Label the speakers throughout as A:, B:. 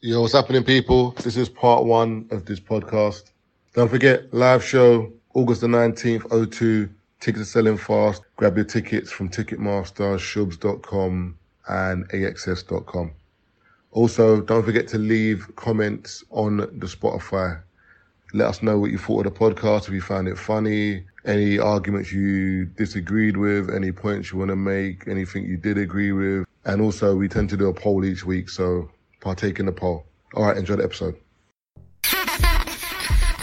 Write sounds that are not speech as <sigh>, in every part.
A: Yo, what's happening, people? This is part one of this podcast. Don't forget, live show, August the 19th, O2. Tickets are selling fast. Grab your tickets from Ticketmaster, shubs.com, and AXS.com. Also, don't forget to leave comments on the Spotify. Let us know what you thought of the podcast, if you found it funny, any arguments you disagreed with, any points you want to make, anything you did agree with. And also, we tend to do a poll each week, so partake in the poll. All right, enjoy the episode. <laughs>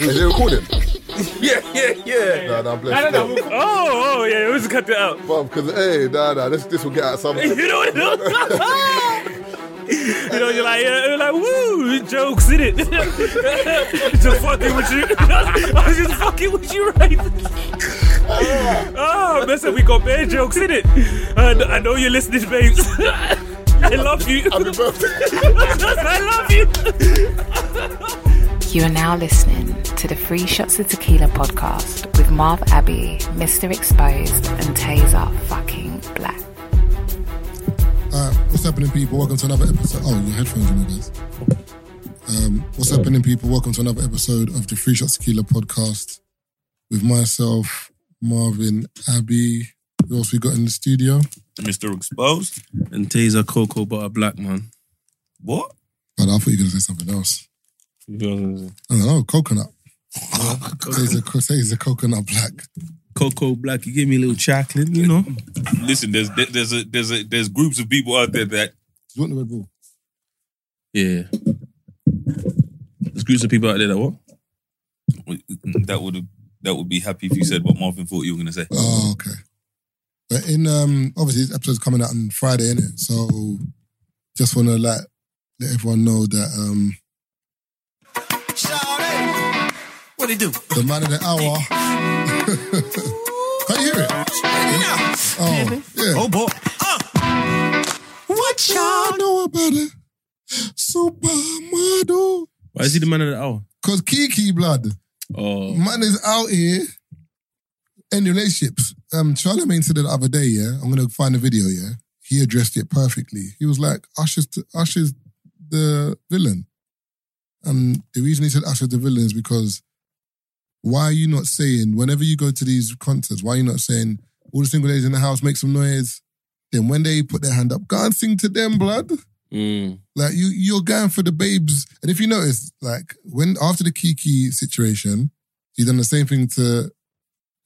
A: Is it recording?
B: <laughs> Yeah, yeah, yeah.
A: Nah, nah,
B: I
A: bless
B: don't know.
A: you.
B: Oh, oh, yeah. We just cut that out. <laughs>
A: Because, hey, nah, nah, this, this will get out some.
B: You know what? you know, you're like, yeah, you're like, woo, jokes in it. <laughs> just fucking with you. I was just fucking with you, right? oh, listen, we got bad jokes in it. And I know you're listening, babes. <laughs> I love you.
A: Happy birthday.
B: <laughs> I love you.
C: You are now listening to the Free Shots of Tequila podcast with Marv Abbey, Mr. Exposed, and Taser fucking Black.
D: Alright, what's happening, people? Welcome to another episode. Oh, your headphones on, I guess. Um, what's happening, people? Welcome to another episode of the Free Shot Tequila podcast with myself, Marvin, Abby. Who else we got in the studio?
E: Mr. Exposed.
F: And Taser Cocoa Butter Black, man.
E: What?
D: But I thought you were going to say something else. I don't know, coconut. Say he's a, co- say he's a coconut black.
F: Cocoa Black, you give me a little chocolate, you know?
E: Listen, there's there's a, there's a, there's groups of people out there that
D: You want the Red Bull?
F: Yeah. There's groups of people out there that what?
E: would- mm, that would that would be happy if you said what Marvin thought you were going to say.
D: Oh, okay. But in um obviously this episode's coming out on Friday, innit? So just wanna like let everyone know that um What do you do? The man of the hour. <laughs> Can you hear it? Oh, yeah. Oh boy. What y'all know about it? Supermodel.
F: Why is he the man of the hour?
D: Cause Kiki blood.
F: Oh,
D: Man is out here in relationships. Um, Charlemagne said it the other day. Yeah, I'm gonna find the video. Yeah, he addressed it perfectly. He was like, "Usher's, Usher's the villain," and the reason he said Usher's the villain is because why are you not saying whenever you go to these concerts, why are you not saying all the single ladies in the house make some noise? Then when they put their hand up, go and sing to them, blood.
F: mm.
D: Like you, you're going for the babes, and if you notice, like when after the Kiki situation, he done the same thing to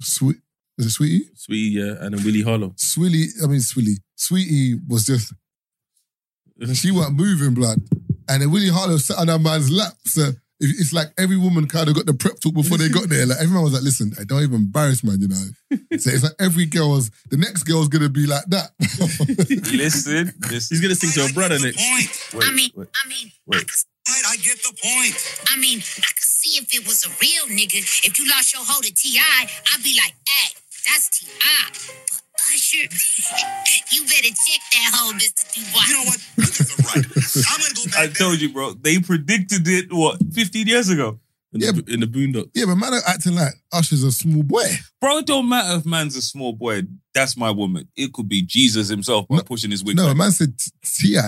D: Sweet. Is it Sweetie?
F: sweetie, yeah, and then Willie Hollow.
D: Swilly. I mean Swilly. Sweetie was just she wasn't moving, blood, and then Willie Harlow sat on that man's lap. So it- it's like every woman kind of got the prep talk before they got there. Like everyone was like, "Listen, I don't even embarrass man," you know. So it's like every girl was the next girl's gonna be like that.
E: <laughs> Listen, listen.
F: He's gonna sing to her brother next.
E: Wait,
G: I mean,
E: wait.
G: I mean,
E: wait.
G: I could, I get the point. I mean, I could see if it was a real nigga. If you lost your hold of Ti, I'd be like, hey, that's Ti. But Usher, <laughs> you better check that hole, Mister Dubois. You know what? I think you're right. I'm gonna go
E: I told you, bro. They predicted it what 15 years ago.
F: In,
D: Yeah,
F: the, in the boondock.
D: yeah, but man, are acting like Usher's a small boy.
E: Bro, it don't matter if man's a small boy. That's my woman. It could be Jesus himself by
D: No,
E: pushing his wig.
D: No,
E: back.
D: a man said Ti.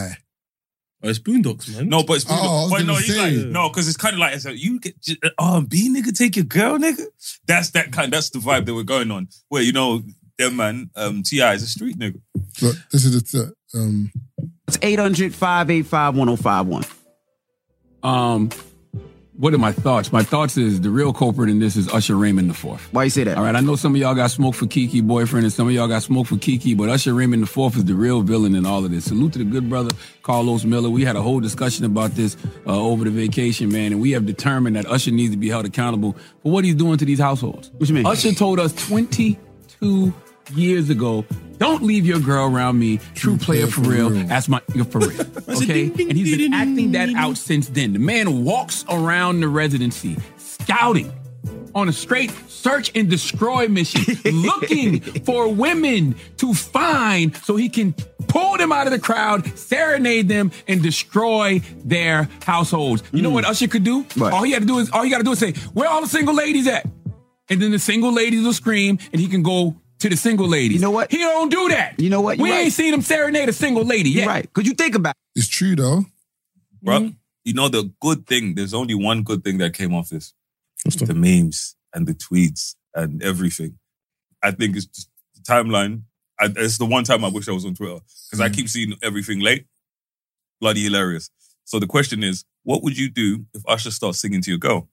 F: Oh, it's boondocks, man.
E: No, but it's
D: Oh, I was
E: but no,
D: gonna
E: he's
D: say.
E: like no, because it's kind of like it's like, you get j- uh, R and B nigga take your girl nigga. That's that kind. That's the vibe that we're going on. Where you know that man um, Ti is a street nigga.
D: Look, this is the um.
H: It's 800 585 1051.
I: Um, what are my thoughts? My thoughts is the real culprit in this is Usher Raymond the fourth.
H: Why you say that?
I: All right, I know some of y'all got smoke for Kiki boyfriend, and some of y'all got smoke for Kiki, but Usher Raymond the fourth is the real villain in all of this. Salute to the good brother Carlos Miller. We had a whole discussion about this uh, over the vacation, man, and we have determined that Usher needs to be held accountable for what he's doing to these households.
H: What you mean?
I: Usher told us 22 years ago. Don't leave your girl around me. True player for real. That's my nigga for real. Okay? And he's been acting that out since then. The man walks around the residency scouting on a straight search and destroy
H: <laughs>
I: mission, looking for women to find so he can pull them out of the crowd, serenade them, and destroy their households. You know what Usher could do?
H: Hmm. What?
I: All he had to do is all you gotta do is say, where all the single ladies at? And then the single ladies will scream and he can go to the single ladies.
H: You know what?
I: He don't do that.
H: You know what?
I: we
H: You're
I: ain't
H: right.
I: seen him serenade a single lady yet.
H: Right. Could you think about
D: It's true though.
E: Bro, you know, the good thing, there's only one good thing that came off this. The memes and the tweets and everything. I think it's just the timeline. I, it's the one time I wish I was on Twitter because I keep seeing everything late. Bloody hilarious. So the question is, what would you do if Usher starts singing to your girl?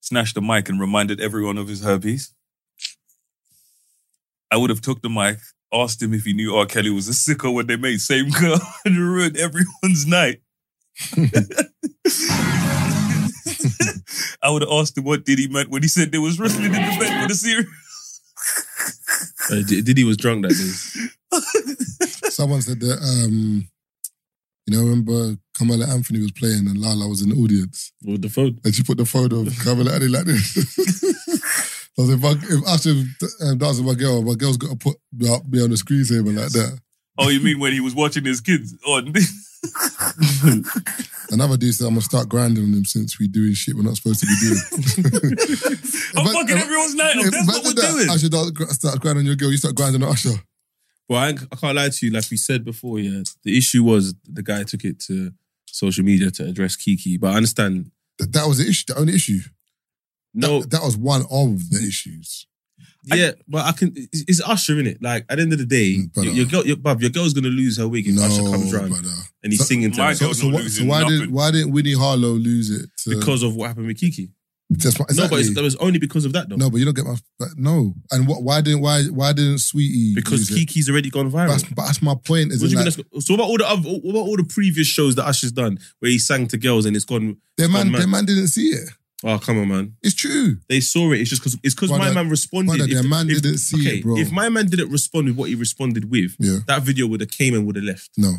E: Snatched the mic and reminded everyone of his herpes. I would have took the mic, asked him if he knew R. Kelly was a sicko when they made Same Girl <laughs> and ruined everyone's night. I would have asked him what Diddy meant when he said they was wrestling in the bed with a cereal.
B: <laughs> Uh, D- Diddy was drunk that day.
D: Someone said that, um, you know, remember Kamala Anthony was playing and Lala was in the audience.
B: With the phone.
D: And she put the photo of Kamala Anthony like this. <laughs> I was like, if, I, if Usher um, dancing with my girl, my girl's got to put me on the screen saver like that.
E: Oh, you mean when he was watching his kids on? <laughs>
D: Another dude said, I'm going to start grinding on him since we're doing shit we're not supposed to be
B: <laughs>
D: doing. <laughs>
E: I'm
D: Ima-
E: fucking
D: ima-
E: everyone's night up. That's what we're
D: uh, Imagine that.
E: doing.
D: Usher don't gr- start grinding on your girl, you start grinding on Usher.
B: Well, I, I can't lie to you. Like we said before, yeah, the issue was the guy took it to social media to address Kiki. But I understand.
D: Th- That was the issue, the only issue.
B: No,
D: That was one of the issues.
B: yeah, but I can. It's, it's Usher in it. Like at the end of the day,
D: Mm, brother.
B: your, your girl, your, bruv, your girl's gonna lose her wig if
D: No,
B: Usher comes round
D: brother.
B: and he's
D: So-
B: singing to
E: My
B: her
E: girl-
D: So, so, what, so
E: losing
D: why did
E: nothing.
D: why didn't Winnie Harlow lose it? To,
B: because of what happened with Kiki.
D: That's why-
B: No, but
D: exactly.
B: it's, that was only because of that though.
D: No, but you don't get my but no. And what? Why didn't why why didn't Sweetie?
B: because
D: use it?
B: Kiki's already gone viral.
D: But that's, but that's my point. Is
B: What do you
D: in
B: mean
D: like,
B: that's- so what about all the other, what about all the previous shows that Usher's done where he sang to girls and it's gone?
D: their
B: it's
D: man
B: gone
D: their man didn't see it.
B: Oh come on, man!
D: It's true.
B: They saw it. It's just because it's because my
D: Brother-
B: man responded.
D: brother, their man didn't see it, bro.
B: If my man didn't respond with what he responded with,
D: Yeah.
B: that video would have came and would have left.
D: No,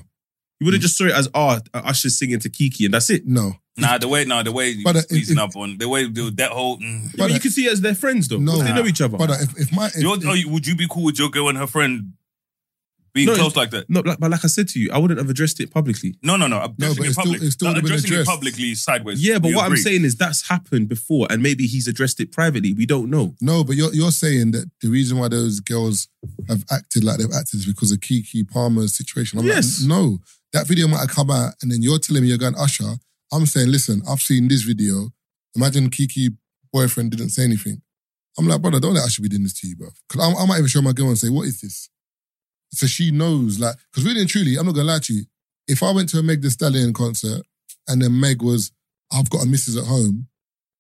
B: You would have just saw it as ah Usher singing to Kiki and that's it.
D: no,
E: nah, the way, nah, the way you
D: But, uh,
E: squeezing
D: if-
E: up on the way you do that whole. Mm.
B: Yeah, but
D: Brother-
B: you can see it as their friends though.
D: No.
B: No, they know each other.
D: but if, if my if,
E: Your- oh, you- would you be cool with your girl and her friend being
B: No,
E: close
B: it's-
E: like that?
B: no, like, but like I said to you, I wouldn't have addressed it publicly.
E: No, no, no.
D: No,
E: Addressing
D: but
E: it
D: it's still-
E: publicly,
D: it's still
E: No,
D: would've been
E: addressing it
D: addressed.
E: publicly sideways.
B: Yeah, but
E: We
B: what I'm
E: agree.
B: saying is that's happened before, and maybe he's addressed it privately. We don't know.
D: no, but you're you're saying that the reason why those girls have acted like they've acted is because of Kiki Palmer's situation. I'm
B: Yes.
D: like, no, that video might have come out, and then you're telling me you're going Usher. I'm saying, listen, I've seen this video. Imagine Kiki boyfriend didn't say anything. I'm like, brother, don't let Usher be doing this to you, bro. Because I, I might even show my girl and say, what is this? So she knows, like, because really and truly, I'm not gonna lie to you. If I went to a Meg The Stallion concert and then Meg was, I've got a missus at home,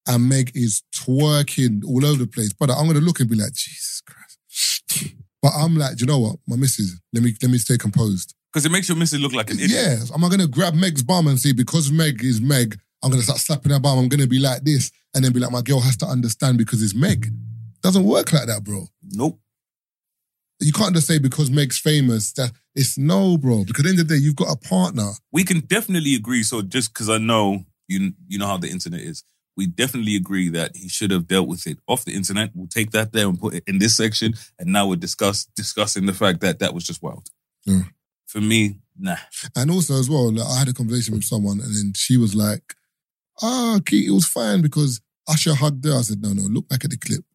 D: and Meg is twerking all over the place, brother, I'm gonna look and be like, Jesus Christ. <sniffs> But I'm like, do you know what, my missus, let me let me stay composed.
E: because it makes your missus look like an idiot.
D: Yeah, am I gonna grab Meg's bum and say because Meg is Meg, I'm gonna start slapping her bum. I'm gonna be like this, and then be like, my girl has to understand because it's Meg. Doesn't work like that, bro.
E: Nope.
D: You can't just say because Meg's famous that it's no, bro. Because at the end of the day, you've got a partner.
E: we can definitely agree. So just because I know you, you know how the internet is. We definitely agree that he should have dealt with it off the internet. We'll take that there and put it in this section, and now we're discuss discussing the fact that that was just wild.
D: Yeah.
B: Mm.
E: For me, nah.
D: And also as well, like, I had a conversation with someone, and then she was like, "Ah, Keith, it was fine because Usher hugged her." I said, "No, no, look back at the clip.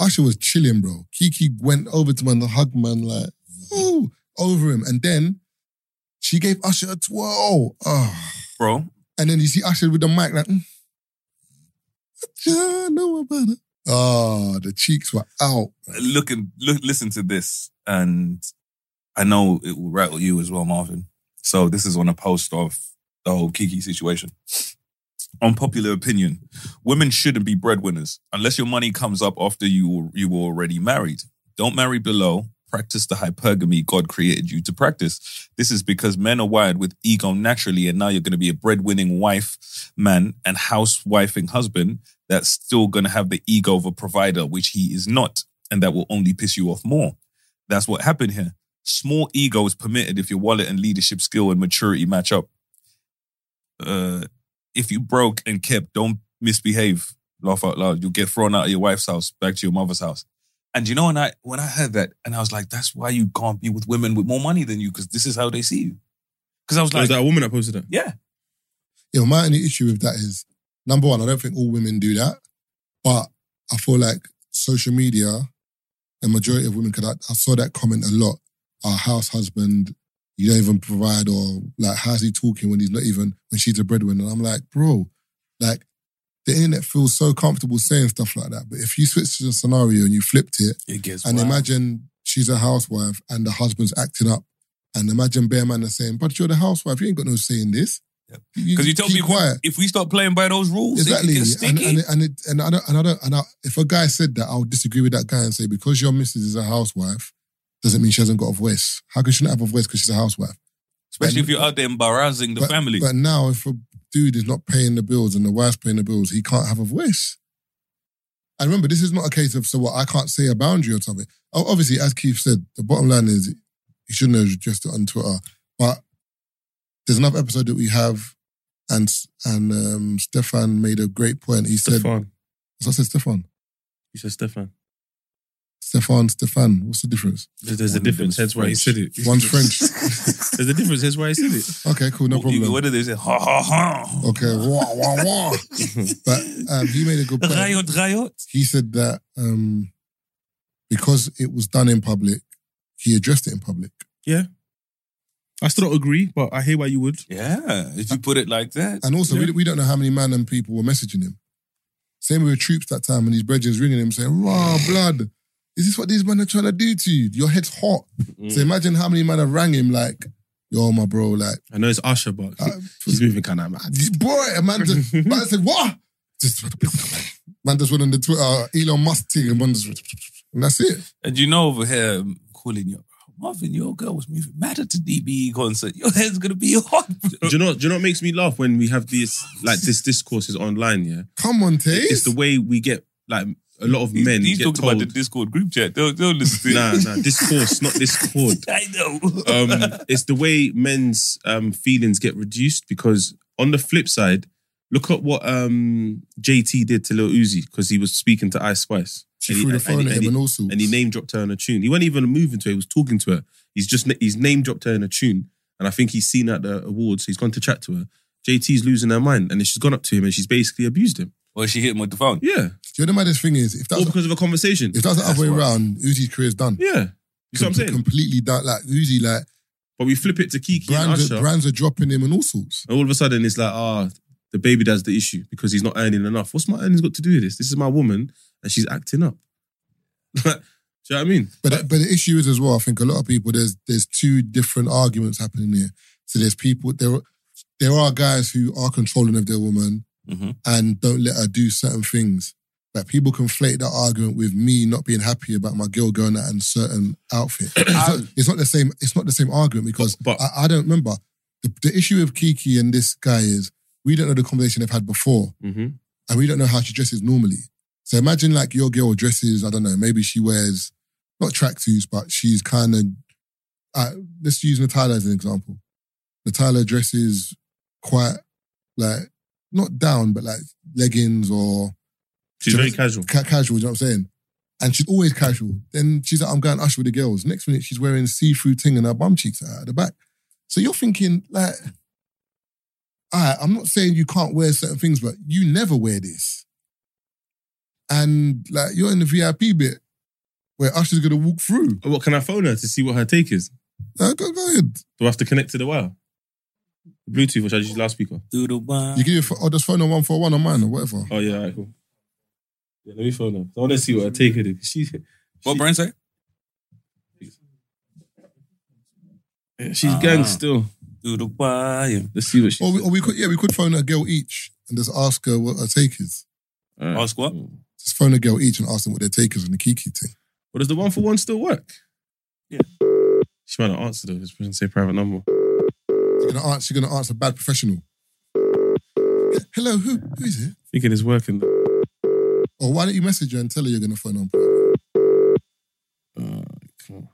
D: Usher was chilling, bro. Kiki went over to man and hugged man like, ooh, over him, and then she gave Usher a twirl. Oh.
E: bro.
D: And then you see Usher with the mic like, mm. I know about it. Oh, the cheeks were out.
E: Look and look, listen to this, and I know it will rattle you as well, Marvin. So this is on a post of the whole Kiki situation. Unpopular opinion: Women shouldn't be breadwinners unless your money comes up after you you were already married. Don't marry below. Practice the hypergamy God created you to practice. This is because men are wired with ego naturally, and now you're going to be a breadwinning wife, man, and housewifing husband that's still going to have the ego of a provider, which he is not, and that will only piss you off more. That's what happened here. Small ego is permitted if your wallet and leadership skill and maturity match up. Uh, if you broke and kept, don't misbehave. Laugh out loud. You'll get thrown out of your wife's house back to your mother's house. And you know, when I when I heard that, and I was like, that's why you can't be with women with more money than you, because this is how they see you. Because I was
B: Like, was
E: like,
B: that a woman that posted that?
E: yeah,
D: Yeah, my only issue with that is number one, I don't think all women do that, but I feel like social media, the majority of women, because I, I saw that comment a lot. Our house husband you don't even provide or like how's he talking when he's not even when she's a breadwinner? And I'm like, bro, like the internet feels so comfortable saying stuff like that. But if you switch to the scenario and you flipped it,
E: It gets
D: and
E: wild.
D: imagine she's a housewife and the husband's acting up. And imagine Bear Man is saying, but you're the housewife, you ain't got no say in this.
B: Because you tell
D: keep
B: people
D: quiet.
B: if we start playing by those rules,
D: Exactly.
B: it can get
D: And
B: sticky.
D: and and, it, and I don't and I don't and I, if a guy said that, I would disagree with that guy and say, because your missus is a housewife, doesn't mean she hasn't got a voice. How could she not have a voice because she's a housewife?
B: Especially if you're out there embarrassing the
D: but,
B: family.
D: But now if a dude is not paying the bills and the wife's paying the bills, he can't have a voice. And remember, this is not a case of so what I can't say a boundary or something. O- Obviously, as Keith said, the bottom line is you shouldn't have addressed it on Twitter. But there's another episode that we have, and and um, Stefan made a great point. He said,
E: Stefan.
D: so I said Stefan,
E: You said Stefan.
D: Stefan, Stefan. What's the difference?
E: There's, there's a
B: One of
E: difference.
B: them's
E: That's why he said it.
D: One's
E: <laughs>
D: French.
E: There's a difference. That's why he said it.
D: Okay, cool, no
B: What- you-
D: problem.
B: What did they say? Ha ha ha.
D: Okay, wah wah
B: <laughs>
D: wah.
E: <laughs>
D: but um, he made a good point.
B: Riot, riot.
D: he said that um, because it was done in public, he addressed it in public.
E: I still don't agree, but I hear why you would.
B: Yeah, if you put it like that.
D: And also, we, we don't know how many man and people were messaging him. Same with troops that time, and his brethren's ringing him saying, "Raw blood, is this what these men are trying to do to you? Your head's hot."
E: Mm.
D: So imagine how many men have rang him like, "Yo, my bro, like,
E: I know it's Usher, but
D: uh,
E: <laughs> he's moving kind of mad.
D: boy, a
E: <laughs>
D: man just, man said what?" Just, man just went on the Twitter Elon Musk thing, and man just, and that's it.
B: And you know over here, I'm calling you. Marvin, your girl was moving matter to DBE concert. Your head's gonna be <laughs> hot.
E: Do you know? Do you know what makes me laugh when we have these like this discourses online? Yeah,
D: Come on, Tay.
E: it's the way we get like a lot of men
B: He's
E: get
B: talking
E: told.
B: about the Discord group chat. Don't, don't listen to
E: nah,
B: it.
E: nah,
B: <laughs>
E: discourse, not discord.
B: I know.
E: um, it's the way men's um, feelings get reduced because on the flip side, look at what um, JT did to Lil Uzi because he was speaking to Ice Spice.
D: She
E: And he-
D: threw the
E: and-
D: phone
E: and
D: at
E: he-
D: him and all sorts.
E: and he name dropped her on a tune. He wasn't even moving to her; he was talking to her. He's just he's name dropped her in a tune, and I think he's seen her at the awards. So he's gone to chat to her. JT's losing her mind, and then she's gone up to him and she's basically abused him.
B: Well, she hit him with the phone.
E: Yeah,
D: Do you know the maddest thing is if that's
E: all because of a conversation.
D: if that's the other way around, Uzi's career's done.
E: Yeah, you see what I'm
D: Com-
E: saying.
D: Completely done. Like Uzi, like
E: But we flip it to Kiki and
D: brands
E: Usher,
D: are, brands are dropping him and all sorts.
E: and all of a sudden it's like, ah, the baby dad's the issue because he's not earning enough. What's my earnings got to do with this? This is my woman, and she's acting up. <laughs> Do you know what I mean?
D: But but the issue is as well. I think a lot of people there's there's two different arguments happening here. So there's people there there are guys who are controlling of their woman
E: Mm-hmm.
B: Mhm.
D: and don't let her do certain things. But people conflate that argument with me not being happy about my girl going out in a certain outfit.
E: <coughs>
D: it's, not, it's not the same. It's not the same argument because
E: But-
D: I, I don't remember the, the issue with Kiki and this guy is we don't know the conversation they've had before
E: Mm-hmm.
D: and we don't know how she dresses normally. So imagine like your girl dresses, I don't know, maybe she wears not tracksuits, but she's kind of, uh, let's use Natalia as an example. Natalia dresses quite like, not down, but like leggings or
E: She's very casual.
D: ca- casual, you know what I'm saying? And she's always casual. Then she's like, I'm going usher with the girls. Next minute, she's wearing see-through thing and her bum cheeks are out at the back. So you're thinking, like, all right, I'm not saying you can't wear certain things, but you never wear this. And like, you're in the VIP bit where Usher's going to walk through.
E: What can I phone her to see what her take is?
D: Like, go, go ahead.
E: Do I have to connect to the wire? Bluetooth, or should I just use loudspeaker?
B: Doodle bye.
D: You can either, oh, just phone on one for one on mine or whatever.
E: Oh yeah, all right, cool. Yeah, let me phone her. I want to see what her take it is. She,
B: What brand say?
E: she's
B: Ah.
E: gang still.
B: Doodle bye.
E: Let's see what she.
D: Or we, or we could, yeah, we could phone a girl each and just ask her what her take is.
E: All right.
B: Ask what?
D: Just phone a girl each and ask them what their take is on the Kiki thing.
E: But does the one for one still work?
B: Yeah.
E: She might not answer though. This person say private number.
D: She's gonna answer. She's gonna answer bad professional. Hello, who who is it?
E: Thinking it's working. though.
D: Or why don't you message her and tell her you're gonna phone on?
E: Uh, cool.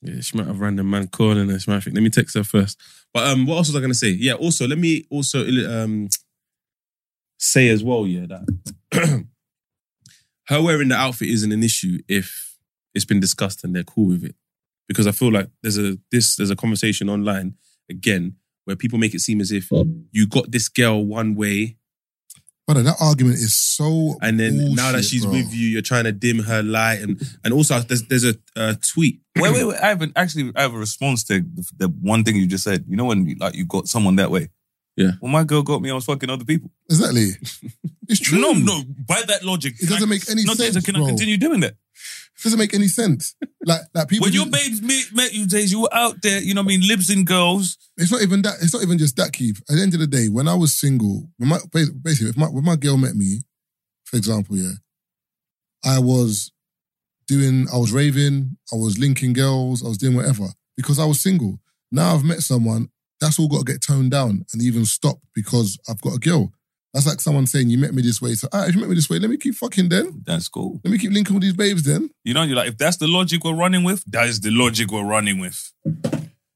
E: Yeah, she might have random man calling her. She might think, let me text her first. But um, what else was I gonna say? Yeah, also let me also um say as well, yeah, that <clears throat> her wearing the outfit isn't an issue if it's been discussed and they're cool with it. Because I feel like there's a this there's a conversation online again where people make it seem as if you got this girl one way
D: Brother, that argument is so.
E: And then now that
D: bullshit,
E: she's
D: bro.
E: with you, you're trying to dim her light, and and also there's there's a uh, tweet.
B: Wait, wait, wait. I have an, actually I have a response to the, the one thing you just said. You know when you, like you got someone that way.
E: Yeah.
B: Well, my girl got me. I was fucking other people.
D: exactly. It's true.
B: No, no. By that logic,
D: It doesn't make any
B: no,
D: sense,
B: Taser, Can
D: bro.
B: I continue doing that?
D: doesn't make any sense. Like, like people.
B: When
D: do-
B: your babes met, met you, Taser, you were out there. You know what I mean? Libs and girls.
D: It's not even that. It's not even just that, Keith. At the end of the day, when I was single, when my ba- basically, if my when my girl met me, for example, yeah, I was doing, I was raving, I was linking girls, I was doing whatever because I was single. Now I've met someone. That's all got to get toned down and even stop because I've got a girl. That's like someone saying you met me this way. So, ah, if you met me this way, let me keep fucking then.
B: That's cool.
D: Let me keep linking with these babes then.
B: You know, you're like, if that's the logic we're running with, that is the logic we're running with.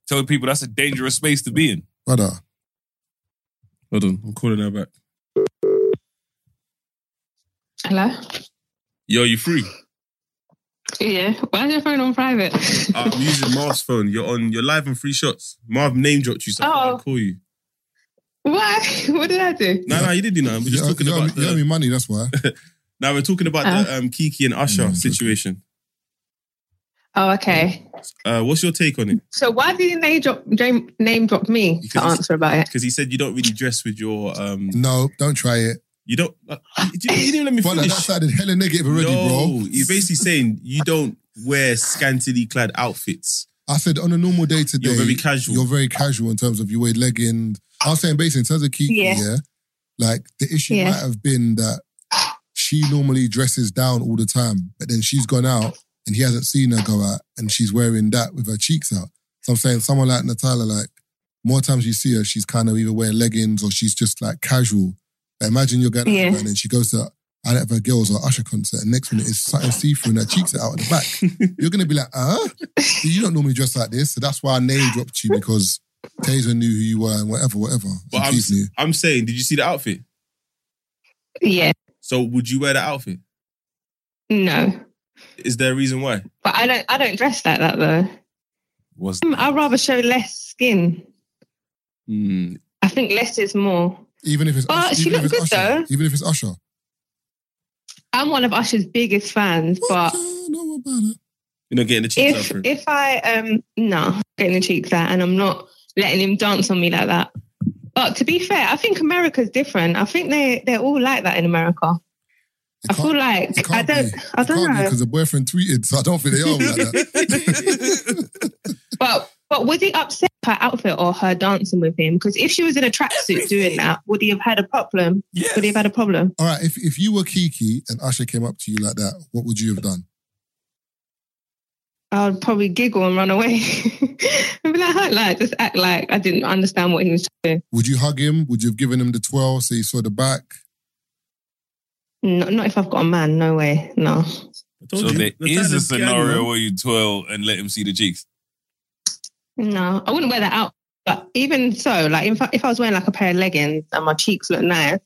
B: Tell people that's a dangerous space to be in.
D: Brother,
E: Hold on, I'm calling her back.
I: Hello?
E: Yo, you free?
I: Yeah. Why is your phone on private?
E: Uh, I'm using Marv's phone. You're on. You're live on free shots. Marv name dropped you. So
I: Oh.
E: I'll call you.
I: <laughs> Why? What did I do?
E: No, no, you didn't do nothing. We're just
D: you, owe-
E: talking
D: you owe me-
E: about
D: you owe me
E: the.
D: money.
E: <laughs>
D: That's why.
E: Now we're talking about the um, Kiki and
D: Mm,
E: Usher situation.
I: Oh, okay.
E: Uh, what's your take on it?
I: So why didn't they drop, name, name drop me to
E: Because-
I: answer about it?
E: Because he said you don't really dress with your um.
D: No, don't try it.
E: You don't. Uh, you, you didn't let me
D: Brother, that
E: finish.
D: sounded hella negative already,
E: no,
D: bro.
E: he's basically saying you don't wear scantily clad outfits.
D: I said on a normal day today,
E: You're very casual.
D: You're very casual in terms of you wear leggings. I was saying basically in terms of Kiki, yeah.
I: Yeah.
D: like the issue
I: Yeah.
D: might have been that she normally dresses down all the time, but then she's gone out and he hasn't seen her go out, and she's wearing that with her cheeks out. So I'm saying someone like Natalia, like more times you see her, she's kind of either wearing leggings or she's just like casual. But imagine you're going out
I: Yeah.
D: with her and then she goes to out of her girls or Usher concert, and next minute it's something see through and her cheeks are out at the
I: <laughs>
D: back. You're gonna be like, huh? You don't normally dress like this, so that's why I name dropped you because Taser knew who you were and whatever, whatever.
E: But
D: And
E: I'm,
D: Keith knew.
E: I'm saying, did you see the outfit?
I: Yeah.
E: So would you wear the outfit?
I: No.
E: Is there a reason why?
I: But I don't I don't dress like that though.
B: Was
I: Mm, I'd rather show less skin.
B: Hmm.
E: Mm.
I: I think less is more.
D: even if it's
I: But
D: Usher,
I: she
D: even if
I: looked
D: it's
I: good,
D: Usher,
I: though.
D: even if it's Usher.
I: I'm one of Usher's biggest fans, but
D: What you know about her?
E: You're not getting the cheeks out
I: if
E: for it.
I: if I um no getting the cheeks out and I'm not letting him dance on me like that. But to be fair, I think America's different. I think they they're all like that in America.
D: It
I: I
D: can't-
I: feel
D: it
I: like I
D: can't
I: don't
D: be.
I: I don't know.
D: because the boyfriend tweeted, so I don't think they are like that.
I: <laughs> But but would he upset her outfit or her dancing with him? Because if she was in a tracksuit doing that, would he have had a problem?
B: Yes.
I: Would he have had a problem?
D: All right, if if you were Kiki and Usher came up to you like that, what would you have done?
I: I would probably giggle and run away. <laughs> I'd be like, "Huh, like, just act like I didn't understand what he was doing.
D: Would you hug him? Would you have given him the twirl so you saw the back?
I: No, not if I've got a man, no way, no.
E: I told
B: So
E: you,
B: there
E: Natalia's
B: is a
E: gang,
B: scenario
E: man.
B: where you twirl and let him see the cheeks.
I: No, I wouldn't wear that out. But even so, like if I, if I was wearing like a pair of leggings and my cheeks look nice,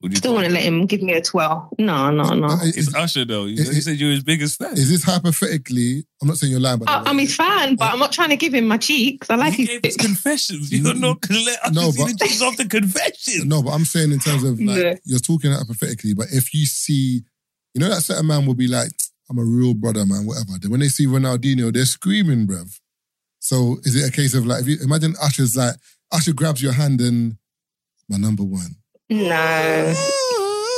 B: Would you
I: still wouldn't let him give me a twirl. No, no, no.
D: Uh, Is,
B: It's Usher though. You
D: It-
B: said- you
D: it-
B: said you were his biggest fan.
D: is this hypothetically? I'm not saying you're lying, but
I: Oh, I, I'm his fan, but I'm not trying to give him my cheeks. I like
B: he
I: his
B: gave us confessions. You're not gonna let Usher
D: No,
B: see
D: but-
B: the cheeks off the confession.
D: no, but I'm saying in terms of like
I: Yeah.
D: you're talking hypothetically. But if you see, you know that certain man will be like, "I'm a real brother, man," whatever. Then when they see Ronaldinho, they're screaming, bruv. So is it a case of like, if you imagine Usher's like Usher grabs your hand and my number one.
I: No.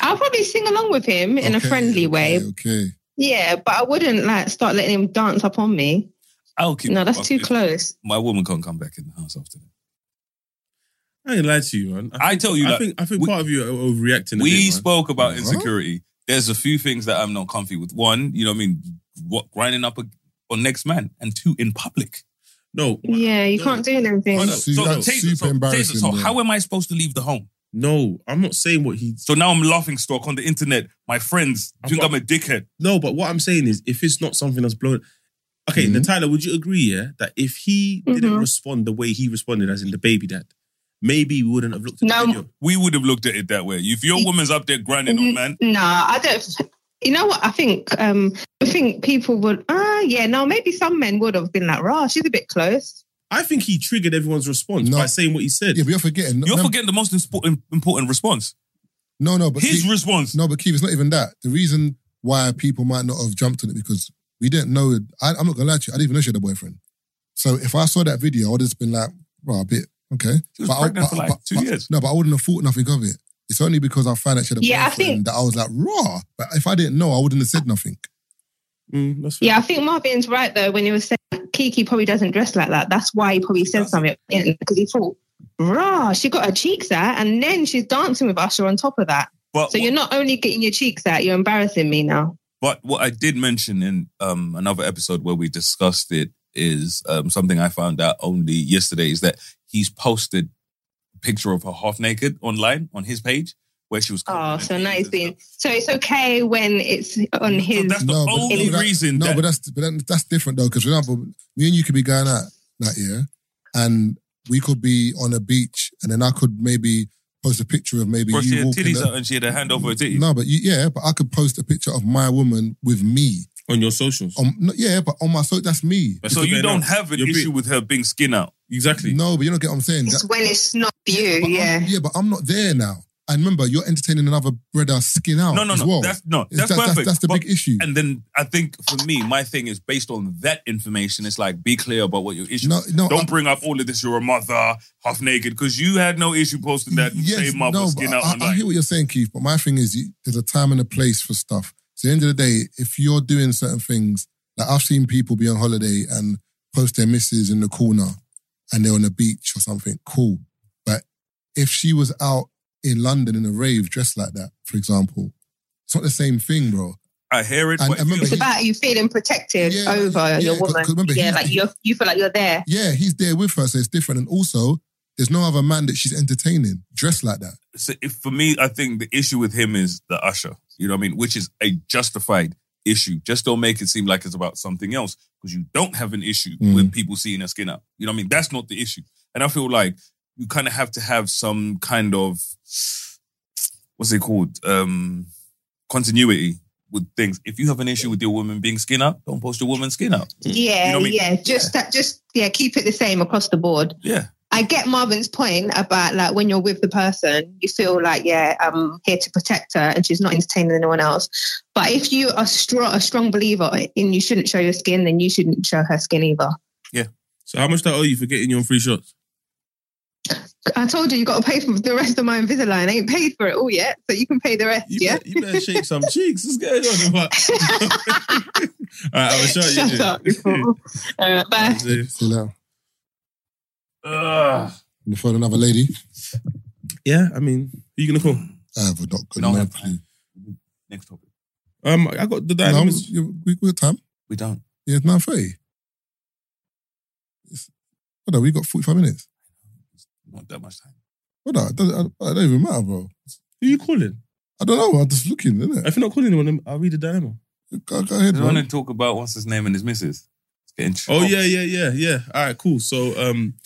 I: I'll probably sing along with him in a
D: Okay,
I: friendly way.
D: okay, okay.
I: Yeah, but I wouldn't like start letting him dance up on me.
B: I'll keep
I: No, that's
B: I'll
I: too
B: keep-
I: close.
B: My woman can't come back in the house after that.
E: I ain't lied to you, man. I,
B: I tell you,
E: I
B: like,
E: think I think
B: we-
E: part of you are overreacting. a bit,
B: we
E: man.
B: spoke about
D: Huh?
B: insecurity. There's a few things that I'm not comfy with. One, you know what I mean? What grinding up a, on next man, and two, in public.
E: No,
I: Yeah, you can't do anything.
B: Hold up.
D: That's su- that's
B: Taser,
D: super
B: so, Taser,
D: embarrassing,
B: so
D: bro.
B: how am I supposed to leave the home?
E: no. I'm not saying what he.
B: So now I'm laughing stock on the internet. My friends
E: I'm
B: think
E: not-
B: I'm a dickhead.
E: No, but what I'm saying is, if it's not something that's blown. Okay,
D: Mhm.
E: Natalia, would you agree, yeah, that if he didn't
I: Mhm.
E: respond the way he responded, as in the baby dad, maybe we wouldn't have looked at
I: No.
E: the video.
B: We would have looked at it that way. If your woman's up there grinding on man,
I: No, I don't. You know what? I think um, I think people would. Ah, yeah. No, maybe some men would have been like, "Rah, she's a bit close."
E: I think he triggered everyone's response
D: No.
E: by saying what he said.
D: Yeah, but you're forgetting.
B: you're
D: remember-
B: forgetting the most inspo- im- important response.
D: No, no, but
B: His
D: Keith-
B: response.
D: no, but Keith, it's not even that. The reason why people might not have jumped on it because we didn't know. I, I'm not gonna lie to you. I didn't even know she had a boyfriend. So if I saw that video, I'd just been like, "Bro, a bit okay."
B: She was
D: I-
B: pregnant for like
D: but-
B: two
D: but-
B: years.
D: No, but I wouldn't have thought nothing of it. It's only because I found out she had a
I: Yeah, I
D: boyfriend
I: think-
D: that I was like, "Raw." But if I didn't know, I wouldn't have said nothing.
E: Mm, that's fair.
I: Yeah, I think Marvin's right though when he was saying Kiki probably doesn't dress like that. That's why he probably said something because he thought, "Rah, she got her cheeks out, and then she's dancing with Usher on top of that."
B: But
I: So you're not only getting your cheeks out, you're embarrassing me now.
B: But what I did mention in um, another episode where we discussed it is um, something I found out only yesterday is that he's posted a picture of her half naked online on his page where she was.
I: Oh,
B: covered in
I: so
B: her
I: now he's
B: titties and
I: being so it's okay when it's on
B: stuff. So
I: his.
B: that's the
D: No, but-
B: only
D: but that-
B: reason.
D: No,
B: that,
D: but that's but that, that's different though. Because for example, me and you could be going out that year, and we could be on a beach, and then I could maybe post a picture of maybe
B: bro, she
D: you
B: had
D: walking.
B: titties
D: the-
B: out and she had a hand over her titties.
D: No, but you, yeah, but I could post a picture of my woman with me.
E: On your socials.
D: On, no, yeah, but on my so that's me.
E: That's
B: so
E: what
B: you
E: they
B: don't
E: know.
B: have an
E: You're
B: issue
E: being-
B: with her being skin out.
E: Exactly.
D: No, but you don't get what I'm saying.
J: It's
D: That-
J: when it's not you,
D: but
G: um,
D: I'm-
J: yeah.
D: yeah, but I'm not there now. And remember, you're entertaining another brother skin out.
B: No, no,
D: as
B: no.
D: well.
B: That's no.
D: Oh, It's-
B: That's
D: that-
B: perfect.
D: That's, the
B: But-
D: big issue.
B: And then I think for me, my thing is based on that information. It's like be clear about what your issue.
D: No, no,
B: Don't
D: I-
B: bring up all of this. You're a mother, half naked, because you had no issue posting that and same mother
D: no,
B: skin
D: but
B: out
D: I, I
B: online.
D: hear what you're saying, Keith, but my thing is you, there's a time and a place for stuff. So at the end of the day, if you're doing certain things, like I've seen people be on holiday and post their missus in the corner and they're on the beach or something, cool. But if she was out in London in a rave dressed like that, for example, it's not the same thing, bro.
B: I hear it.
D: And
B: but
D: I remember
B: if
I: It's
B: you-
I: about you feeling protected
D: Yeah,
I: over
D: yeah,
I: your
D: 'cause-
I: woman.
D: 'cause remember,
I: yeah,
D: he-
I: like you, you feel like you're there.
D: Yeah, he's there with her, so it's different. And also, there's no other man that she's entertaining dressed like that.
B: so if, for me, I think the issue with him is the usher. You know what I mean? Which is a justified issue. Just don't make it seem like it's about something else, because you don't have an issue
D: Mm.
B: with people seeing their skin out. You know what I mean? That's not the issue. And I feel like you kind of have to have some kind of what's it called? Um continuity with things. If you have an issue with your woman being skin out, don't post your woman's skin out.
I: Yeah,
B: You know what I mean?
I: Mm. Uh, yeah. Just that. Just yeah. Keep it the same across the board.
B: Yeah.
I: I get Marvin's point about like when you're with the person, you feel like yeah, I'm here to protect her, and she's not entertaining anyone else. But if you are str- a strong believer in you shouldn't show your skin, then you shouldn't show her skin either.
E: So how much that owe you for getting you on free shots?
I: I told you you got to pay for the rest of my Invisalign. I ain't paid for it all yet, so you can pay the rest.
E: You,
I: yeah.
E: better, you better shake some cheeks. What's going on?
I: <laughs>
E: <laughs> All right, have a shot. you
I: Shut
E: do. <laughs>
I: up. Nicole. all right, bye.
D: See you later.
B: Ugh.
D: And for another lady,
E: yeah, I mean, who you gonna call?
D: I have a not good
B: We don't
D: no
B: have
D: clue.
B: time. Next topic.
E: Um, I got the
D: No,
E: dilemmas.
D: you- we we got time.
B: We don't.
D: Yeah, it's nine thirty. It's- Hold on, we got forty five minutes.
B: Not that much time.
D: Hold on, it doesn't, I, I don't even matter, bro.
E: Who you calling?
D: I don't know. I'm just looking, isn't it?
E: If you're not calling anyone, then I'll read the dilemma.
D: Go, go ahead,
B: I want
D: bro.
B: to talk about what's his name and his missus. It's getting
E: Oh
B: trouble.
E: yeah, yeah, yeah, yeah. All right, cool. So um,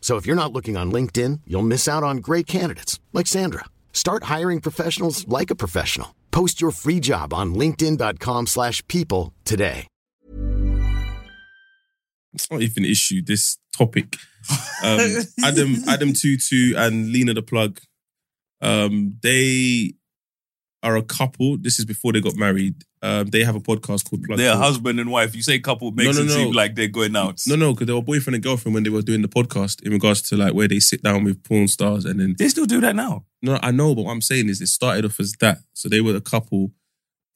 K: So if you're not looking on LinkedIn, you'll miss out on great candidates like Sandra. Start hiring professionals like a professional. Post your free job on linkedin.com/people slash people today.
E: It's not even an issue. This topic. Um, Adam, Adam Tutu, and Lena the Plug. Um, they are a couple. This is before they got married. Um, they have a podcast called Plug.
B: They're
E: Talk.
B: husband and wife. You say couple makes
E: No, no,
B: it seem
E: no.
B: like they're going out.
E: No, no, because they were boyfriend and girlfriend when they were doing the podcast in regards to like where they sit down with porn stars and then
B: They still do that now.
E: no, I know, but what I'm saying is it started off as that. So they were a couple.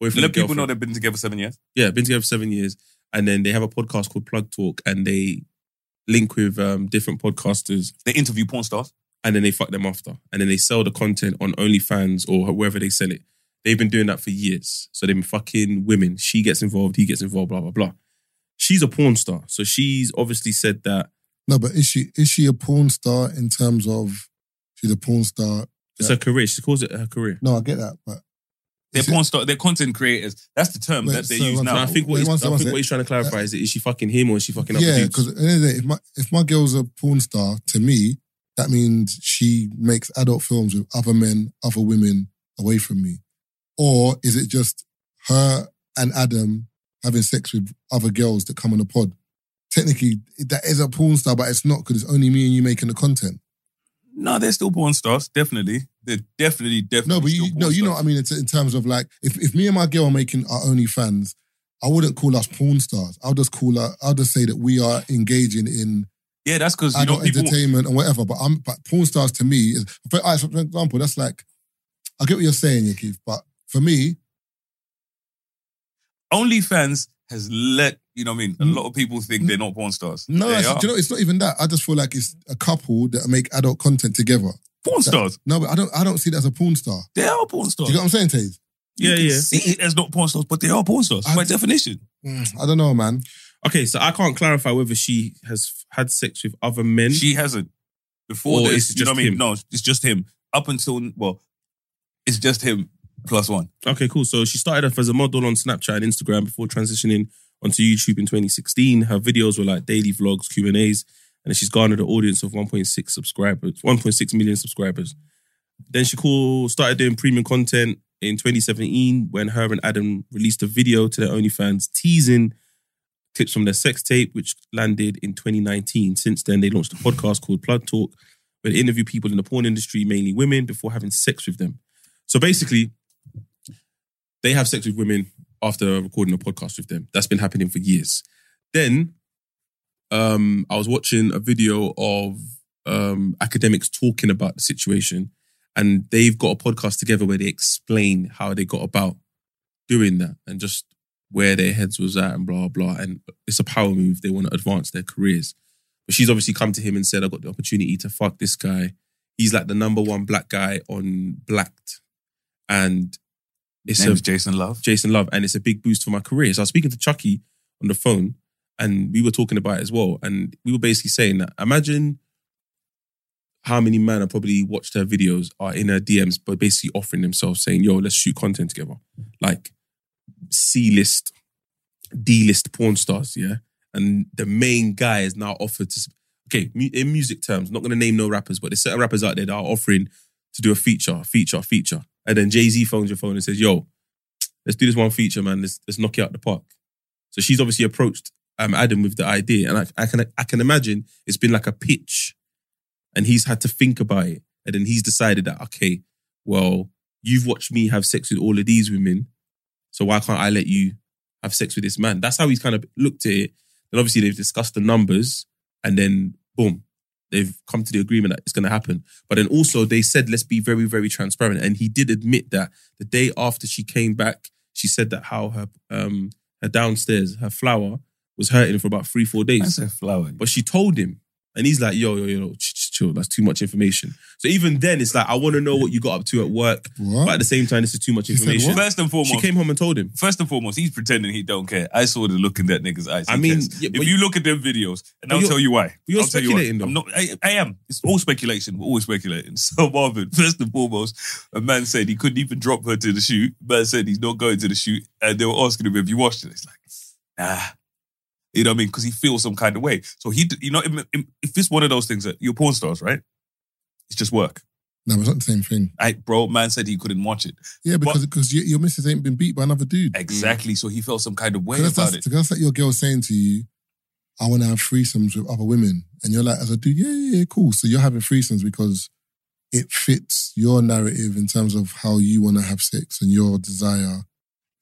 E: Boyfriend
B: Let
E: and
B: people
E: girlfriend.
B: know they've been together seven years.
E: yeah, been together for seven years, and then they have a podcast called Plug Talk, and they link with um, different podcasters,
B: They interview porn stars.
E: and then they fuck them after, and then they sell the content on OnlyFans or wherever they sell it. They've been doing that for years, so they've been fucking women. She gets involved, he gets involved, blah blah blah. She's a porn star, so she's obviously said that
D: No, but is she is she a porn star in terms of she's a porn star?
E: it's
D: Yeah.
E: her career. She calls it her career.
D: No, I get that, but
B: They're porn star. They're content creators. That's the term
D: Wait,
B: that they
D: so
B: use
D: one
B: now.
D: second.
E: I think what,
D: Wait,
E: he's,
D: one
E: I
D: second,
E: think
D: one
E: what he's trying to clarify is: is she fucking him or is she fucking other
D: yeah,
E: dudes?
D: because if my if my girl's a porn star, to me that means she makes adult films with other men, other women away from me. Or is it just her and Adam having sex with other girls that come on the pod? Technically, that is a porn star, but it's not because it's only me and you making the content.
B: No, they're still porn stars. Definitely, they're definitely, definitely.
D: No, but
B: still
D: you
B: porn
D: no, you know
B: stars.
D: what I mean. It's in terms of like, if, if me and my girl are making our only fans, I wouldn't call us porn stars. I'll just call her. I'll just say that we are engaging in
B: Yeah, that's because you know
D: adult
B: people.
D: entertainment and whatever. But I'm but porn stars to me is for, alright, so for example. That's like I get what you're saying, yeah, Keith. But for me,
B: OnlyFans has let you know. what I mean, a lot of people think they're not porn stars.
D: Mm. no,
B: they
D: it's,
B: are.
D: do you know, it's not even that. I just feel like it's a couple that make adult content together.
B: porn
D: That-
B: stars.
D: No, but I don't. I don't see that as a porn star.
B: They are porn
D: Do
B: stars.
D: you get what I'm saying, Taze?
B: You
E: Yeah,
B: can
E: yeah.
B: See it as not porn stars, but they are porn stars by definition.
D: Mm, I don't know, man.
E: Okay, so I can't clarify whether she has f- had sex with other men.
B: She hasn't. Before
E: Or
B: this,
E: it's
B: you know
E: just
B: what I mean?
E: him?
B: No, it's just him. Up until well, it's just him plus one.
E: Okay, cool. So she started off as a model on Snapchat and Instagram before transitioning onto YouTube in 2016. Her videos were like daily vlogs, Q and A's, and she's garnered an audience of 1.6 subscribers, 1.6 million subscribers. Then she called, started doing premium content in 2017 when her and Adam released a video to their OnlyFans teasing clips from their sex tape, which landed in 2019. Since then, they launched a podcast called Plug Talk, where they interview people in the porn industry, mainly women, before having sex with them. So basically, they have sex with women after recording a podcast with them. That's been happening for years. Then um, I was watching a video of um, academics talking about the situation, and they've got a podcast together where they explain how they got about doing that and just where their heads was at and blah blah. And it's a power move. They want to advance their careers. But she's obviously come to him and said, "I got the opportunity to fuck this guy. He's like the number one black guy on Blacked, and
B: His
E: it's a
B: name's Jason Love.
E: Jason Love, and it's a big boost for my career. So I was speaking to Chucky on the phone, and we were talking about it as well. And we were basically saying that imagine how many men have probably watched her videos are in her DMs, but basically offering themselves, saying, "Yo, let's shoot content together." Like C list, D list porn stars, yeah. And the main guy is now offered to. Okay, mu- in music terms, not going to name no rappers, but there's certain rappers out there that are offering to do a feature, feature, feature. And then Jay Z phones your phone and says, "Yo, let's do this one feature, man. Let's let's knock it out the park. So she's obviously approached um, Adam with the idea, and I, I can I can imagine it's been like a pitch, and he's had to think about it, and then he's decided that okay, well, you've watched me have sex with all of these women, so why can't I let you have sex with this man? That's how he's kind of looked at it. Then obviously they've discussed the numbers, and then boom. They've come to the agreement that it's going to happen. But then also, they said, let's be very, very transparent. And he did admit that the day after she came back, she said that how her um her downstairs, her flower was hurting for about three, four days.
B: flower.
E: But she told him, and he's like, "Yo, yo, yo, ch- ch- chill. That's too much information." So even then, it's like, I want to know what you got up to at work,
D: What?
E: but at the same time, this is too much information.
B: First and foremost,
E: She came home and told him.
B: First and foremost, he's pretending he don't care. I saw the look in that nigga's eyes. He
E: I mean,
B: cares.
E: yeah,
B: if
E: but-
B: you look at them videos, and
E: but
B: I'll
E: you're-
B: tell you why.
E: you're
B: I'll tell you why.
E: speculating, though.
B: I'm not. I, I am. It's all speculation. We're always speculating. <laughs> So Marvin, first and foremost, a man said he couldn't even drop her to the shoot. Man said he's not going to the shoot, and they were asking him if you watched it. It's like, nah. You know what I mean? Because he feels some kind of way. So he, d- you know, im- im- if it's one of those things that you're porn stars, right? It's just work.
D: No, it's not the same thing.
B: I, bro, man said he couldn't watch it.
E: Mm.
D: Yeah,
B: But-
D: because because your, your missus ain't been beat by another dude.
B: Exactly. So he felt some kind of way
D: Because
B: about
D: that's,
B: it.
D: that's like your girl saying to you, I want to have threesomes with other women. And you're like, as a dude, yeah, yeah, yeah, cool. So you're having threesomes because it fits your narrative in terms of how you want to have sex and your desire.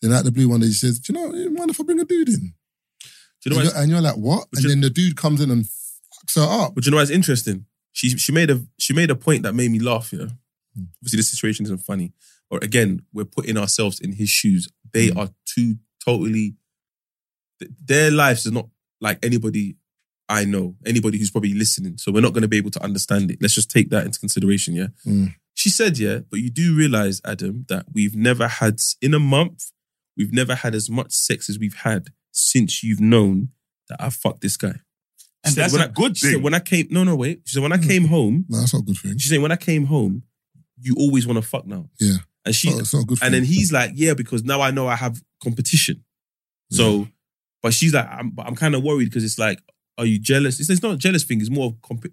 D: Then out the blue one day, she says, Do you know, you mind if I bring a dude in?
E: Do you know
D: and,
E: what?
D: you're, and you're like, What?
E: But
D: And
E: you-
D: then the dude comes in and fucks her up.
E: But you know what's interesting? She she made a she made a point that made me laugh. Yeah, obviously this situation isn't funny, but again, we're putting ourselves in his shoes. They are two totally. th- Their lives is not like anybody I know, anybody who's probably listening. So we're not going to be able to understand it. Let's just take that into consideration. Yeah.
D: Mm.
E: She said, yeah, but you do realize, Adam, that we've never had, in a month, we've never had as much sex as we've had since you've known that I fucked this guy. She
B: And
E: said,
B: that's
E: when
B: a
E: I-
B: good
E: she said,
B: thing.
E: when I came, no, no, wait. She said, when I came home,
D: No, that's not a good thing.
E: she said, when I came home, you always want to fuck now.
D: Yeah. Oh,
E: And she, and then he's like, yeah, because now I know I have competition. So, but she's like, I'm, but I'm kind of worried because it's like, are you jealous? It's, it's not a jealous thing. It's more of comp-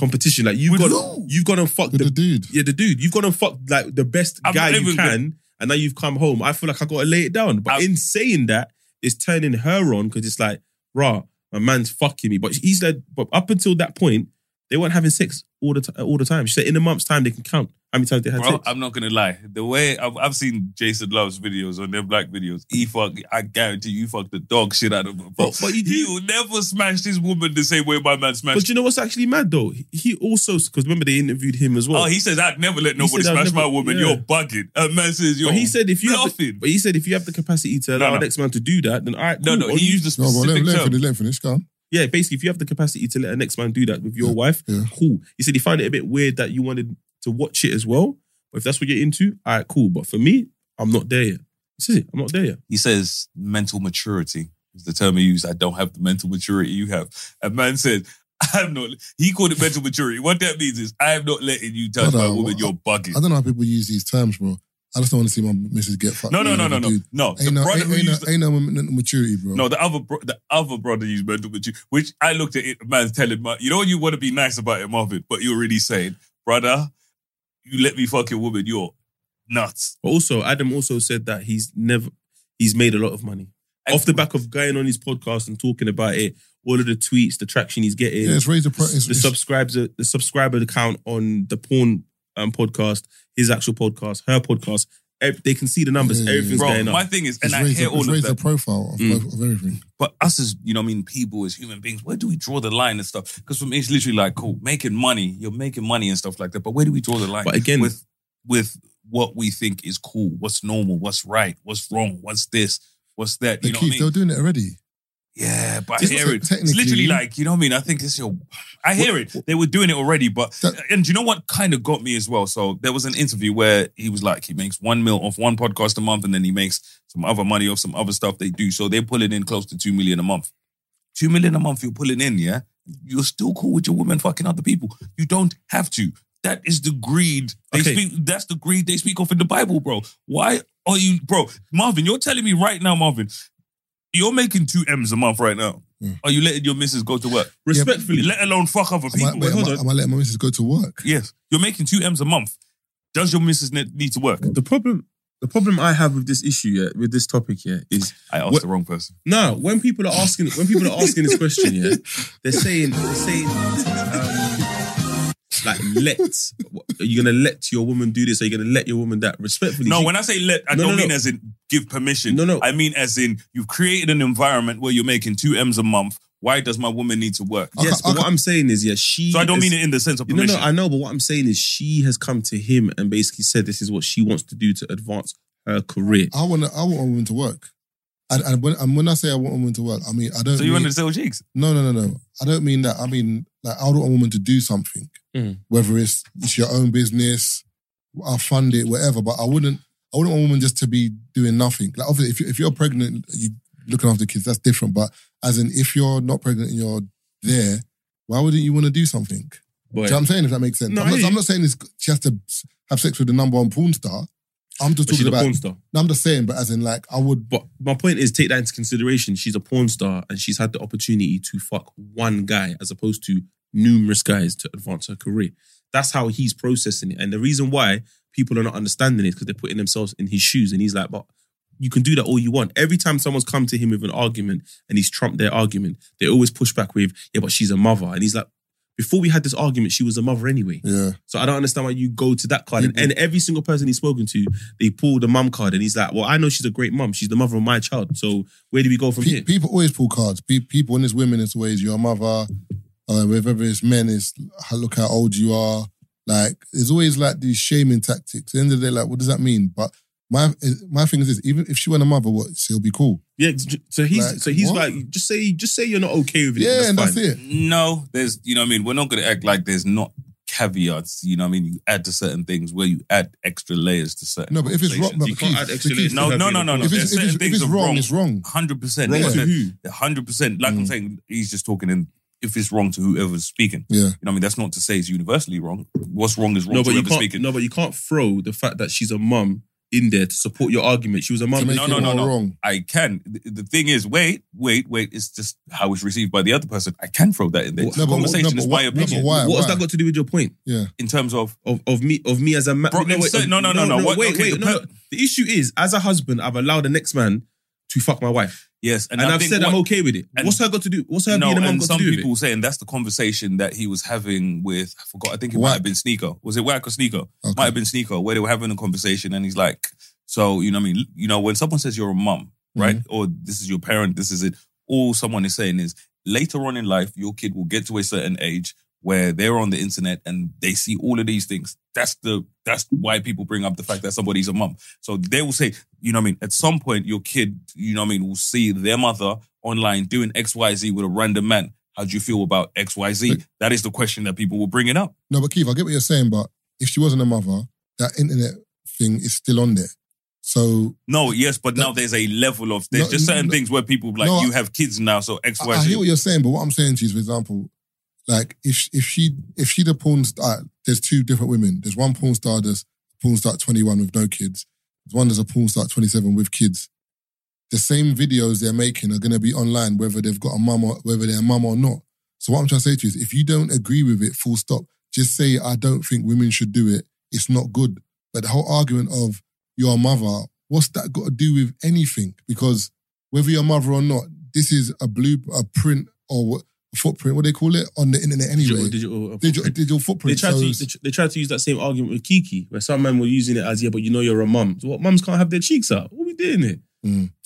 E: competition. Like you've got, you've gone and fucked the,
D: dude.
E: Yeah, the dude. You've gone and fucked like the best
B: I'm
E: guy
B: not
E: you
B: even
E: can, and now you've come home. I feel like I got to lay it down. But in saying that, it's turning her on because it's like, rah, my man's fucking me. But he's like, but up until that point, they weren't having sex all the t- all the time. She said in a month's time they can count how many times they had
B: Bro,
E: sex.
B: I'm not gonna lie. The way I've, I've seen Jason Love's videos on their black videos, he fuck. I guarantee you, fuck the dog shit out of him. But, but he will never smash this woman the same way my man smashed.
E: But do you know what's actually mad though? He- He also because remember they interviewed him as well.
B: Oh, he says I'd never let
E: He
B: nobody
E: said, "I've
B: smash my
E: never-
B: woman.
E: yeah."
B: You're bugging. A man says you're.
E: But he said if you have the,
B: nothing.
E: but he said if you have the capacity to allow
B: no.
E: next man to do that, then all right.
B: No,
E: cool.
B: no,
E: Or
B: he
E: you-
B: used a
D: No, but let,
B: specific
D: let him
B: term.
D: finish, let him finish. Go on.
E: Yeah, basically, if you have the capacity to let a next man do that with your wife, cool. He said he found it a bit weird that you wanted to watch it as well. But if that's what you're into, all right, cool. But for me, I'm not there yet. He says it, I'm not there yet.
B: He says mental maturity is the term he used. I don't have the mental maturity you have. A man said, I'm not. He called it mental maturity. What that means is, I am not letting you touch
D: Brother,
B: my woman. You're bugging.
D: I don't know how people use these terms, bro. I just don't want to see my missus get fucked.
B: No, no,
D: by
B: no, no,
D: another
B: no,
D: dude.
B: no. The
D: Ain't no,
B: brother
D: ain't,
B: who
D: ain't no,
B: used
D: ain't no m- maturity, bro.
B: No, the other bro- the other brother used mental maturity, which I looked at it. Man's telling my, you know, you want to be nice about it, Marvin, but you're really saying, brother, you let me fuck your woman. You're nuts.
E: But also, Adam also said that he's never he's made a lot of money off the back of going on his podcast and talking about it. All of the tweets, the traction he's getting,
D: Yeah, it's raised the pro- it's-
E: the
D: it's-
E: subscribes the subscriber account on the porn um, podcast, his actual podcast, her podcast. ev- They can see the numbers. Everything's
B: Bro,
E: going up.
B: my thing is, and
D: It's
B: I
D: raised
B: hear
D: the- it's
B: all of
D: raised
B: that.
D: the profile of,
B: Mm.
D: both- of everything.
B: But us as, you know what I mean, people, as human beings, where do we draw the line and stuff? Because for me, it's literally like, cool, making money, you're making money and stuff like that. But where do we draw the line?
E: But again-
B: with with what we think is cool, what's normal, what's right, what's wrong, what's this, what's that.
D: They
B: You know what I
D: keep,
B: mean?
D: they're doing it already.
B: Yeah, but I
D: Just
B: hear
D: te-
B: it. It's
D: technically-
B: literally like, you know what I mean? I think it's your. I hear it. They were doing it already, but. and do you know what kind of got me as well? So there was an interview where he was like, he makes one mil off one podcast a month and then he makes some other money off some other stuff they do. So they're pulling in close to 2 million a month. 2 million a month you're pulling in, yeah? You're still cool with your women fucking other people. You don't have to. That is the greed. They
E: Okay.
B: speak, that's the greed they speak of in the Bible, bro. Why are you, bro? Marvin, you're telling me right now, Marvin, you're making two M's a month right now.
E: Hmm.
B: Are you letting your missus go to work?
E: Respectfully.
B: Let alone fuck other
D: Am I,
B: people.
D: wait, am, I, am I letting my missus go to work?
B: Yes. You're making two M's a month. Does your missus ne- need to work?
E: The problem, the problem I have with this issue, yeah, with this topic, yeah, is
B: I asked
E: What-
B: the wrong person.
E: No, when people are asking, when people are asking this question, yeah, they're saying, they're saying, <laughs> um, like, let are you gonna let your woman do this? Are you gonna let your woman that? Respectfully,
B: No,
E: she-
B: when I say let, I
E: No,
B: don't
E: no,
B: mean
E: no.
B: as in give permission. No, no. I mean as in you've created an environment where you're making two M's a month. Why does my woman need to work?
E: yes, but what I'm saying is, yeah, she.
B: So I don't
E: has-
B: mean it in the sense of
E: No,
B: permission.
E: no, I know, but what I'm saying is, she has come to him and basically said, "This is what she wants to do to advance her career."
D: I want I want a woman to work. And, and, when, and when I say I want a woman to work, I mean I don't.
B: so you
D: mean,
B: want to sell jigs?
D: No, no, no, no. I don't mean that. I mean like I want a woman to do something,
E: Mm.
D: whether it's, it's your own business, I fund it, whatever. But I wouldn't. I wouldn't want a woman just to be doing nothing. Like obviously, if you, if you're pregnant, you looking after kids, that's different. But as in, if you're not pregnant and you're there, why wouldn't you want to do something?
E: Boy.
D: Do you know what I'm saying? If that makes sense.
E: No,
D: I'm,
E: I
D: not,
E: hear
D: I'm not saying this, she has to have sex with the number one porn star. I'm just
E: But she's
D: talking
E: a
D: about
E: porn star.
D: No, I'm just saying, but as in like I would.
E: But my point is, take that into consideration. She's a porn star and she's had the opportunity to fuck one guy as opposed to numerous guys to advance her career. That's how he's processing it. And the reason why people are not understanding it is because they're putting themselves in his shoes. And he's like, but you can do that all you want. Every time someone's come to him with an argument and he's trumped their argument, they always push back with, yeah, but she's a mother. And he's like, before we had this argument, she was a mother anyway.
D: Yeah.
E: So I don't understand why you go to that card. And, and every single person he's spoken to, they pull the mum card, and he's like, "Well, I know she's a great mum. She's the mother of my child. So where do we go from
D: Pe-
E: here?"
D: People always pull cards. Pe- people, when it's women, it's always your mother. Uh, whether it's men, it's how- look how old you are. Like it's always like these shaming tactics. At the end of the day, like what does that mean? But my my thing is this: even if she went a mother, what she'll be cool.
E: Yeah. So he's
D: Like,
E: so he's
D: what?
E: like, just say just say you're not okay with it.
D: Yeah, and that's
E: fine.
D: it.
B: No, there's, you know what I mean? We're not going to act like there's not caveats. You know what I mean? You add to certain things where you add extra layers to certain
D: No, but if it's wrong,
B: conversations.
D: no,
B: You
D: but
B: can't
D: Keith,
B: add
D: but
B: extra
D: Keith,
B: layers. no, no, no, no, no.
D: If
B: There's
D: it's, if
B: certain
D: it's, if
B: things
D: it's
B: are
D: wrong, it's wrong.
B: Hundred percent.
D: Wrong to
E: who?
B: Hundred percent. Like I'm
D: Mm.
B: saying, he's just talking in. If it's wrong to whoever's speaking,
D: Yeah.
B: you know, what I mean, that's not to say it's universally wrong. What's wrong is wrong
E: No,
B: to
E: but you
B: whoever's
E: can't.
B: speaking.
E: No, but you can't throw the fact that she's a mum in there to support your argument. She was a mum.
B: no, no, no, no. I can. The, the thing is, wait, wait, wait. It's just how it's received by the other person. I can throw that in there. the conversation is my opinion.
E: What has that got to do with your point?
D: Yeah.
B: In terms of
E: of, of me of me as a man.
B: Bro, insert- no, no, no, no. What-
E: Wait,
B: okay,
E: wait,
B: the
E: no, no.
B: per-
E: The issue is, as a husband, I've allowed the next man to fuck my wife.
B: Yes,
E: and, I've said I'm okay with it. What's her got to do? What's her
B: no,
E: being a mum
B: and
E: got
B: some
E: to do with
B: people saying that's the conversation that he was having with I forgot. I think it might have been Sneaker. Was it Whack or Sneaker? Might have been Sneaker where they were having a conversation and he's like, so you know, what I mean, you know, when someone says you're a mum, right, or this is your parent, this is it. All someone is saying is later on in life, your kid will get to a certain age where they're on the internet and they see all of these things. That's the that's why people bring up the fact that somebody's a mum. So they will say, you know what I mean, at some point your kid, you know what I mean, will see their mother online doing XYZ with a random man. How do you feel about XYZ? That is the question that people were bringing up.
D: No, but Keith, I get what you're saying, but if she wasn't a mother, that internet thing is still on there. So
B: No, yes, but now there's a level of there's
D: No,
B: just certain
D: no,
B: things where people like
D: no,
B: you have kids now, so
D: I, I hear
B: XYZ.
D: what you're saying, but what I'm saying to you is, for example, like if if she if she'd have porn star, there's two different women. There's one porn star that's porn star at 21 with no kids. There's one that's a porn star at 27 with kids. The same videos they're making are going to be online, whether they've got a mum or whether they're a mum or not. So what I'm trying to say to you is, if you don't agree with it, full stop. Just say I don't think women should do it. It's not good. But the whole argument of you're a mother, what's that got to do with anything? Because whether you're a mother or not, this is a blue a print or what, footprint. What do they call it on the internet
E: Digital-
D: anyway?
E: digital, uh,
D: digital, digital
E: They
D: footprint.
E: tried, to,
D: shows-
E: they, tr- they tried to use that same argument with Kiki, where some men were using it as, yeah, but you know you're a mum. So what, mums can't have their cheeks out? What are we doing here?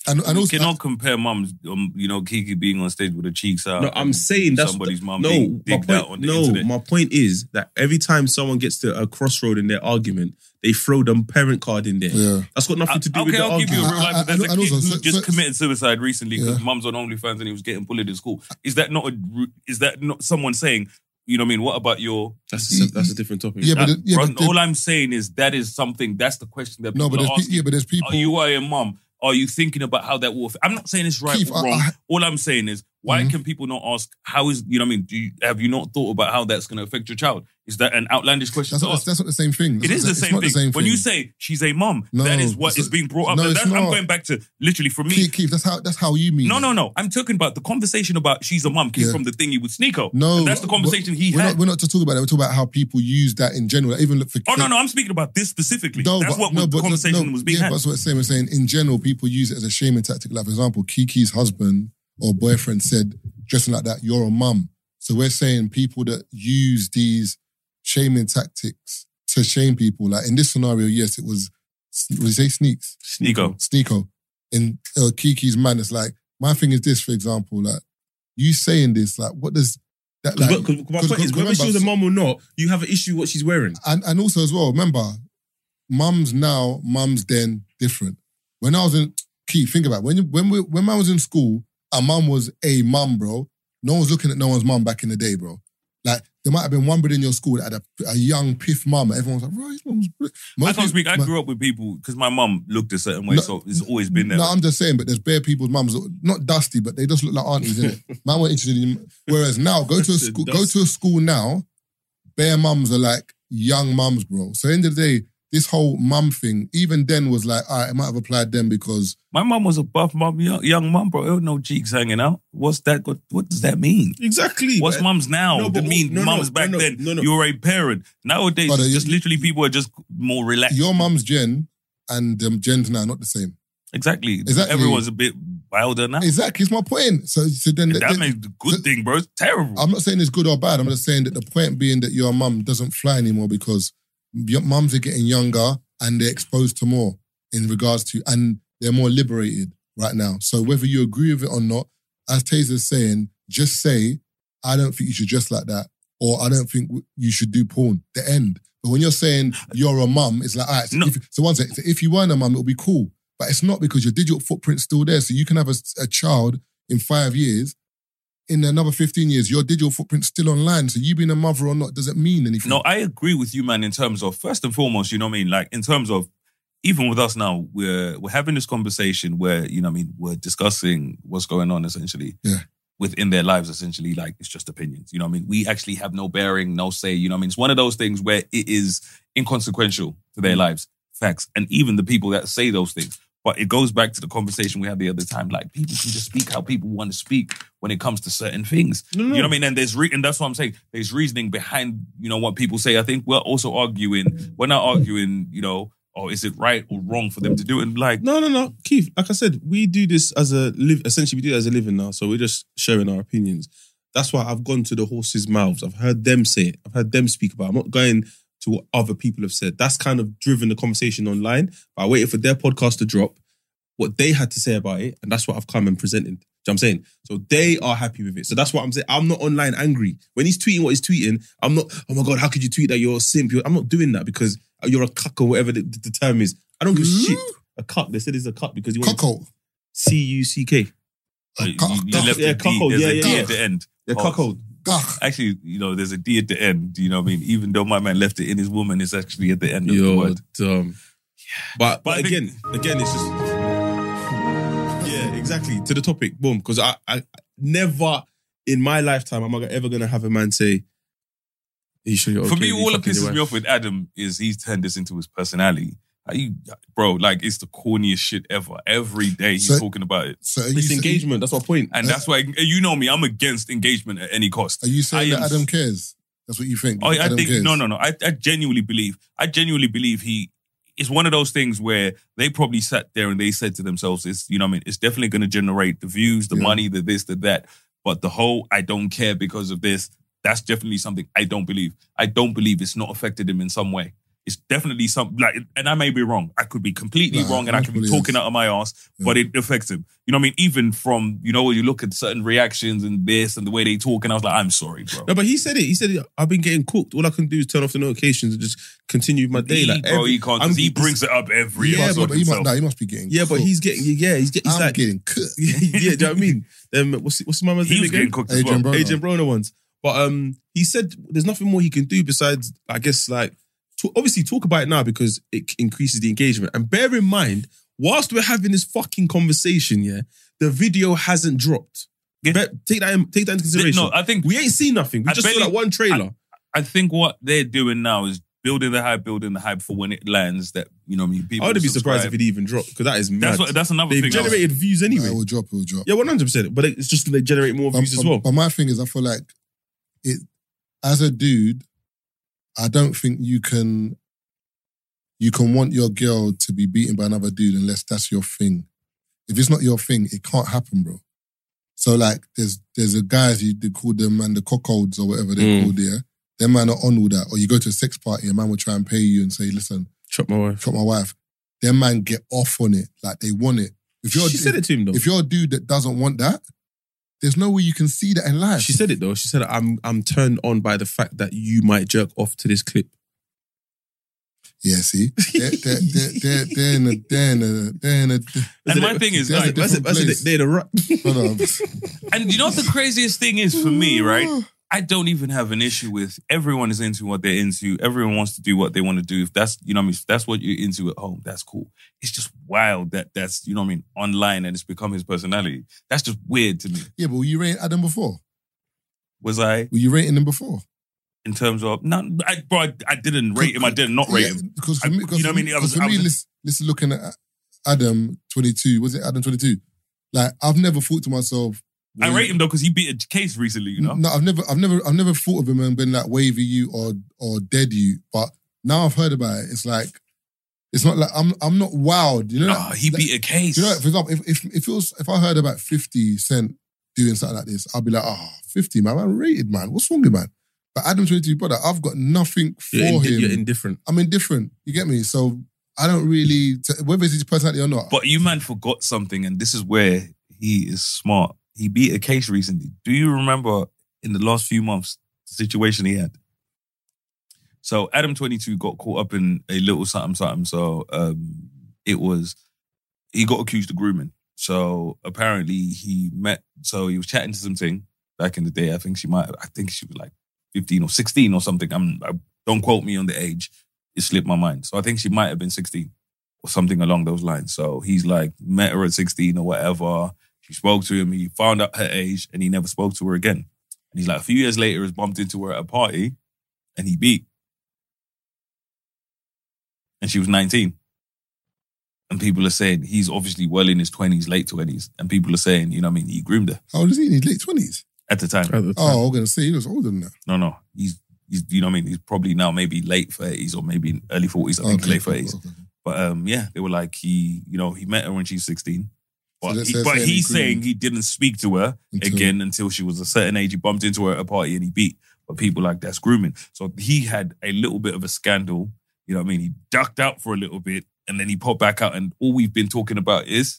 D: And,
B: and you cannot compare mums, um, you know, Kiki being on stage with her cheeks out.
E: No, I'm
B: and
E: saying that's
B: Uh, somebody's mum
E: No,
B: being
E: my
B: digged
E: point,
B: out on the
E: no,
B: internet.
E: my point is that every time someone gets to a crossroad in their argument, they throw them parent card in there.
D: Yeah.
E: That's got nothing to do
B: Uh, okay,
E: with the
B: I'll give
E: argument.
B: you a real life. There's a
D: and
B: kid
D: also,
B: who
D: so-
B: just
D: so-
B: committed suicide recently because
D: Yeah.
B: mum's on OnlyFans and he was getting bullied at school. Is that not a? ru- Is that not someone saying? You know what I mean? What about your?
E: That's a, that's a different topic.
D: Yeah, but the- yeah,
B: Bro,
D: but the-
B: all I'm saying is that is something. That's the question that
D: No,
B: people
D: but
B: are
D: there's pe-
B: asking.
D: yeah, but there's
B: Are
D: people.
B: you are a mum? Are you thinking about how that will? affect- I'm not saying it's right
D: Keith, Mm-hmm.
B: or
D: I-
B: wrong.
D: I-
B: all I'm saying is, why can people not ask? How is you know? what I mean, do you, have you not thought about how that's going to affect your child? Is that an outlandish question?
D: That's
B: to
D: not,
B: ask?
D: that's not the same thing.
B: It is
D: That's not-
B: the
D: it's
B: same,
D: not
B: thing. When you say she's a mum,
D: No,
B: that is what
D: it's
B: is
D: not-
B: being brought up.
D: no,
B: And
D: it's
B: that's, I'm
D: not.
B: going back to literally from me.
D: Keith, Keith, that's how that's how you mean.
B: No,
D: it.
B: no, no. I'm talking about the conversation about she's a mum came
D: Yeah.
B: from the thing you with Sneeko.
D: No,
B: And that's the
D: but-
B: conversation he
D: we're
B: had.
D: Not, we're not just talking about that. We're talking about how people use that in general. Even look for
B: oh no, no. I'm speaking about this specifically.
D: No,
B: that's
D: but,
B: what
D: no,
B: was-
D: but
B: the conversation
D: no,
B: was being
D: yeah,
B: had.
D: but That's what I'm saying. We're saying in general, people use it as a shaming tactic. Like for example, Kiki's husband or boyfriend said, "Dressing like that, you're a mum." So we're saying people that use these shaming tactics to shame people. Like in this scenario, yes, it was. What did you say? Sneaks.
B: Sneeko.
D: Sneeko. In uh, Kiki's man, it's like my thing is this. For example, like you saying this, like what does that like?
E: Because my point is, whether she was a mum or not, you have an issue what she's wearing.
D: and and also as well, remember, mums now, mums then, different. When I was in Keith, think about it. when you- when we, when I was in school, our mum was a mum, bro. No one's looking at no one's mum back in the day, bro. Like there might have been one within your school that had a, a young piff mum. and Everyone was like, right, his mum's. br-" Most
B: I can't
D: people-
B: speak. I grew up with people because my mum looked a certain way,
D: No,
B: so it's always been there.
D: No, I'm just saying, but there's bare people's mums, that- not dusty, but they just look like aunties,
B: <laughs>
D: innit? Man weren't interested in Whereas now, go to a school, go to a school now, bare mums are like young mums, bro. So end of the day, this whole mum thing, even then was like, all right, it might have applied then because
B: my mum was a buff mum, young, young mum, bro. There were no cheeks hanging out. What's that? Got, what does that mean?
E: Exactly.
B: What's
E: but-
B: mums now?
E: No,
B: the
E: but-
B: mean
E: no, no,
B: mums
E: no,
B: back
E: no,
B: then.
E: no, no.
B: You were a parent. Nowadays,
D: But, uh,
B: just
D: you-
B: literally people are just more relaxed.
D: your mum's gen and um, gen's now not the same.
B: Exactly.
D: Exactly.
B: Everyone's a bit wilder now.
D: Exactly, it's my point. So, so then
B: That
D: then-
B: makes the good thing, bro. It's terrible.
D: I'm not saying it's good or bad. I'm just saying that the point being that your mum doesn't fly anymore because your mums are getting younger and they're exposed to more in regards to, and they're more liberated right now. So whether you agree with it or not, as Taser's saying, just say, I don't think you should dress like that, or I don't think you should do porn. The end. But when you're saying you're a mum, it's like, all right, so, if, so one second, so if you weren't a mum, it would be cool. But it's not because your digital footprint's still there. So you can have a, a child in five years in another 15 years, your digital footprint's still online. So you being a mother or not doesn't mean anything.
B: No, I agree with you, man. In terms of first and foremost, you know what I mean. Like in terms of even with us now, we're we're having this conversation where you know what I mean we're discussing what's going on essentially
D: Yeah.
B: within their lives. Essentially, like it's just opinions. You know what I mean. We actually have no bearing, no say. You know what I mean. It's one of those things where it is inconsequential to their lives.
I: Facts. And even the people that say those things. But it goes back to the conversation we had the other time. Like people can just speak how people want to speak when it comes to certain things.
E: No, no.
I: You know what I mean? And there's re- and that's what I'm saying. There's reasoning behind you know what people say. I think we're also arguing. We're not arguing. You know, oh, is it right or wrong for them to do it? And like,
E: No, no, no, Keith. Like I said, we do this as a live. Essentially, we do it as a living now. So we're just sharing our opinions. That's why I've gone to the horses' mouths. I've heard them say it. I've heard them speak about. It. I'm not going to what other people have said. That's kind of driven the conversation online. But I waited for their podcast to drop, what they had to say about it, and that's what I've come and presented. Do you know what I'm saying? So they are happy with it. So that's what I'm saying. I'm not online angry. When he's tweeting what he's tweeting, I'm not, oh my God, how could you tweet that you're a simp? You're-" I'm not doing that because you're a cuck or whatever the, the term is. I don't give a shit. A cuck. They said it's a cuck because you want
D: Cuckold.
E: C U C K.
I: you-
D: cuck-
I: you left
E: yeah,
I: a D.
E: cuckold,
I: There's
E: yeah,
I: a
E: yeah,
I: D
E: yeah.
I: at the end.
E: Yeah,
I: Oh,
E: cuckold.
D: Gah.
I: Actually, you know, there's a D at the end. You know what I mean? Even though my man left it in his woman, it's actually at the end of the
E: You're
I: word.
E: dumb. But,
I: But
E: but
I: I
E: again, again, it's just yeah, exactly. To the topic, boom. Because I, I never in my lifetime am I ever gonna have a man say, "Are you sure you're
I: For
E: okay
I: me,
E: with
I: all that
E: fucking your
I: pisses me
E: wife?"
I: off with Adam is he's turned this into his personality. Are you, bro, like it's the corniest shit ever. Every day he's
D: So-
I: talking about it,
D: So are you,
E: It's
D: sa-
E: engagement. That's my point.
I: and that's why you know me. I'm against engagement at any cost.
D: Are you saying
I: I
D: that
I: am-
D: Adam cares? That's what you think.
I: Oh, I
D: Adam
I: think
D: cares.
I: no, no, no. I, I genuinely believe. I genuinely believe he. It's one of those things where they probably sat there and they said to themselves, "It's you know, what I mean, it's definitely going to generate the views, the
D: Yeah.
I: money, the this, the that." But the whole "I don't care because of this" that's definitely something I don't believe. I don't believe it's not affected him in some way. It's definitely some like, and I may be wrong. I could be completely
D: Nah,
I: wrong, and I could be
D: probably
I: talking
D: is.
I: out of my ass, but it affects him. You know what I mean? Even from you know, when you look at certain reactions and this and the way they talk, and I was like, "I'm sorry, bro."
E: No, but he said it. He said it. I've been getting cooked. All I can do is turn off the notifications and just continue my day.
I: He,
E: like
I: bro,
E: every-
I: he can't.
E: I'm-
I: 'cause he brings it up every
D: Yeah,
I: episode
D: but, but he, must,
I: himself.
D: nah, he must be getting.
E: Yeah, but
D: cooked.
E: he's getting. Yeah, he's getting. He's
D: I'm
E: like,
D: getting cooked.
E: <laughs> yeah, do you know what I mean? Um, what's what's my man's
I: He
E: name
I: was
E: again?
I: getting cooked as well.
D: Adrian Broner.
E: Agent Broner ones. But um, he said there's nothing more he can do besides, I guess, like to obviously talk about it now because it c- increases the engagement. And bear in mind, whilst we're having this fucking conversation, yeah, the video hasn't dropped.
I: Yeah.
E: Be- take that in, take that into consideration.
I: No, I think
E: we ain't seen nothing. We
I: I
E: just saw
I: barely-
E: that one trailer.
I: I think what they're doing now is building the hype, building the hype for when it lands. That you know, what I mean,
E: I
I: people.
E: wouldn't be
I: subscribe.
E: surprised if it even dropped because that is mad.
I: That's what. That's another
E: They've
I: thing. I was-
E: generated views
D: Nah,
E: anyway.
D: it will drop. It will drop.
E: yeah, one hundred percent. But it's just they generate more
D: But-
E: views as
D: but-
E: well.
D: But my thing is, I feel like it as a dude, I don't think you can you can want your girl to be beaten by another dude unless that's your thing. If it's not your thing, it can't happen, bro. So like, there's there's a guys you they call them and the cockholds or whatever they're
E: Mm.
D: called. Yeah, them man are on all that. Or you go to a sex party, a man will try and pay you and say, "Listen,
E: Chop my wife.
D: cut my wife." Them man get off on it like they want it. If you're
E: She said it to him though.
D: if you're a dude that doesn't want that, there's no way you can see that in life.
E: She said it though. She said, "I'm I'm turned on by the fact that you might jerk off to this clip."
D: Yeah, see, they're, they're, they're, they're, they're in a, they're in a, they're in a.
I: And my thing is,
D: That's a
I: like,
E: That's it. That's it.
D: place.
E: They're the right.
D: No, no,
I: and you know what the craziest thing is for me, right?
E: <laughs>
I: I don't even have an issue with everyone is into what they're into. Everyone wants to do what they want to do. If that's you know what I mean, if that's what you're into at home, that's cool. It's just wild that that's you know what I mean online and it's become his personality. That's just weird to me.
D: yeah, but were you rating Adam before?
I: Was I
D: Were you rating him before?
I: in terms of no, I, bro? I, I didn't rate him. I did not rate
D: Yeah,
I: him.
D: because for
I: I-
D: me,
I: you
D: because
I: know what I
D: for
I: mean?
D: me-
I: I was-
D: because for
I: I
D: me,
I: was-
D: this, this is looking at Adam twenty two. Was it Adam twenty two? Like I've never thought to myself.
I: I
D: "Wait,
I: rate him though because he beat a case recently. You know,
D: No, I've never, I've never, I've never thought of him and been like wavy you or or dead you. But now I've heard about it. It's like, it's not like I'm, I'm not wowed. You know,
B: Ah,
I: Nah,
D: like-
I: he
D: like-
I: beat a case.
D: Do you know, for example, if if if, it was, if I heard about Fifty Cent doing something like this, I'd be like, ah, 50, man, man, rated, man. What's wrong with you, man? But Adam Twenty Two, brother, I've got nothing
E: <laughs>
D: for
E: You're, indi-
D: him.
E: you're indifferent.
D: I'm indifferent. You get me? So I don't really, t- whether it's his personality or not.
I: But you man forgot something, and this is where he is smart. He beat a case recently. Do you remember in the last few months the situation he had? So Adam twenty two got caught up in a little something something. So um, it was he got accused of grooming. So apparently he met. So he was chatting to something back in the day. I think she might. I think she was like fifteen or sixteen or something. I'm. I, don't quote me on the age. It slipped my mind. So I think she might have been sixteen or something along those lines. So he's like met her at 16 or whatever. She spoke to him. He found out her age and he never spoke to her again. And he's like, a few years later, he's bumped into her at a party and he beat. And she was 19.
B: And people are saying he's obviously well in his 20s, late 20s. And people are saying, you know what I mean, he groomed her
D: How old is he? He's late 20s.
B: at the time.
D: Oh, I'm going to say he was older than that.
B: No, no. He's, he's you know what I mean? He's probably now maybe late 30s or maybe early 40s. I think
D: Okay,
B: late 30s. But um, yeah, they were like, he, you know, he met her when she was 16. But,
D: that's-
B: he-
D: that's
B: but
D: saying
B: he's
D: he couldn't-
B: saying he didn't speak to her again until she was a certain age. He bumped into her at a party and he beat. But people like that's grooming. So he had a little bit of a scandal. You know what I mean? He ducked out for a little bit and then he popped back out. And all we've been talking about is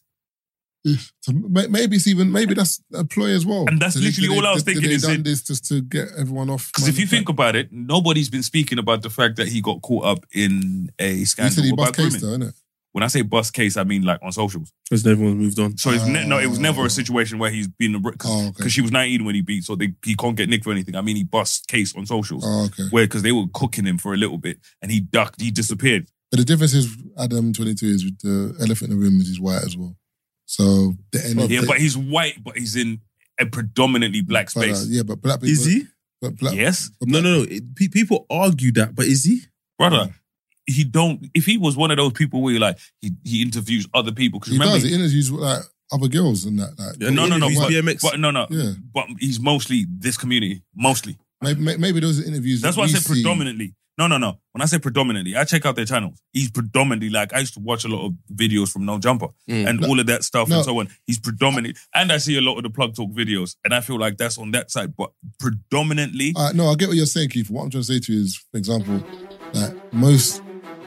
D: So may- maybe it's even maybe that's a ploy as well.
B: And that's
D: Did they-
B: literally
D: did they-
B: all I was
D: did- did
B: thinking
D: They
B: is
D: done
B: it-
D: this just to get everyone off.
B: because if you think about it, nobody's been speaking about the fact that he got caught up in a
D: You
B: scandal
D: said he
B: about
D: bust case
B: grooming.
D: though, innit?
B: When I say bus case, I mean like on socials.
E: Because everyone's moved on.
B: So it's ne- no, it was never a situation where he's been because
D: Oh,
B: she was 19 when he beat, so they, he can't get nicked for anything. I mean, he bust case on socials
D: Oh, okay.
B: where because they were cooking him for a little bit and he ducked, he disappeared.
D: But the difference is Adam 22 is with the elephant in the room is he's white as well. So the end of
B: yeah,
D: the-
B: but he's white, but he's in a predominantly black
D: but, uh,
B: space.
D: yeah, but black people.
E: Is he?
D: But black,
B: yes,
E: No, no, no. It- pe- people argue that, but is he?
B: brother. He don't. If he was one of those people where you like he, he interviews other people because
D: he
B: remember
D: does. He interviews with like other girls and that. Like,
B: no no no
D: He's
B: but,
D: white.
B: but no no
D: Yeah.
B: but he's mostly this community mostly
D: Maybe, may- maybe those are interviews.
B: That's
D: that
B: why I
D: we
B: said
D: see-
B: predominantly. No, no, no. When I say predominantly, I check out their channels. He's predominantly like I used to watch a lot of videos from No Jumper
E: Mm.
B: and
E: No.
B: all of that stuff
E: No.
B: and so on. He's predominantly, and I see a lot of the plug talk videos, and I feel like that's on that side. But predominantly,
D: Uh, no, I get what you're saying, Keith. What I'm trying to say to you is, for example, like most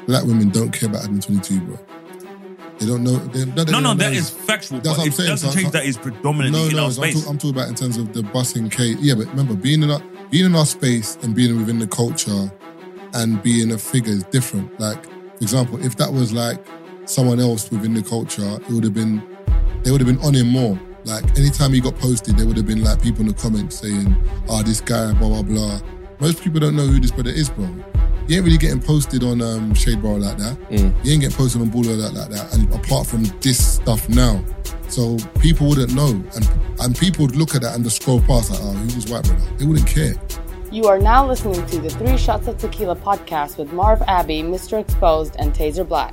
D: black women don't care about Adam 22, bro. They don't know. They, that they
B: no, no,
D: don't
B: that
D: know
B: is factual.
D: That's
B: But
D: what I'm
B: it
D: saying.
B: doesn't
D: So-
B: change
D: so-
B: that is predominantly in our
D: so I'm,
B: space.
D: talk- I'm talking about in terms of the busing case. Yeah, but remember, being in our being in our space and being within the culture and being a figure is different. Like, for example, if that was like someone else within the culture, it would have been they would have been on him more. Like anytime he got posted, there would have been like people in the comments saying, "Ah, this guy, blah blah blah." Most people don't know who this brother is, bro. You ain't really getting posted on um, Shade Bar like that. You ain't getting posted on Baller like, like that. And apart from this stuff now, so people wouldn't know, and and people would look at that and just scroll past like, "Oh, who's this white brother?" They wouldn't care.
L: You are now listening to the Three Shots of Tequila podcast with Marv Abbey, Mr. Exposed, and Taser Black.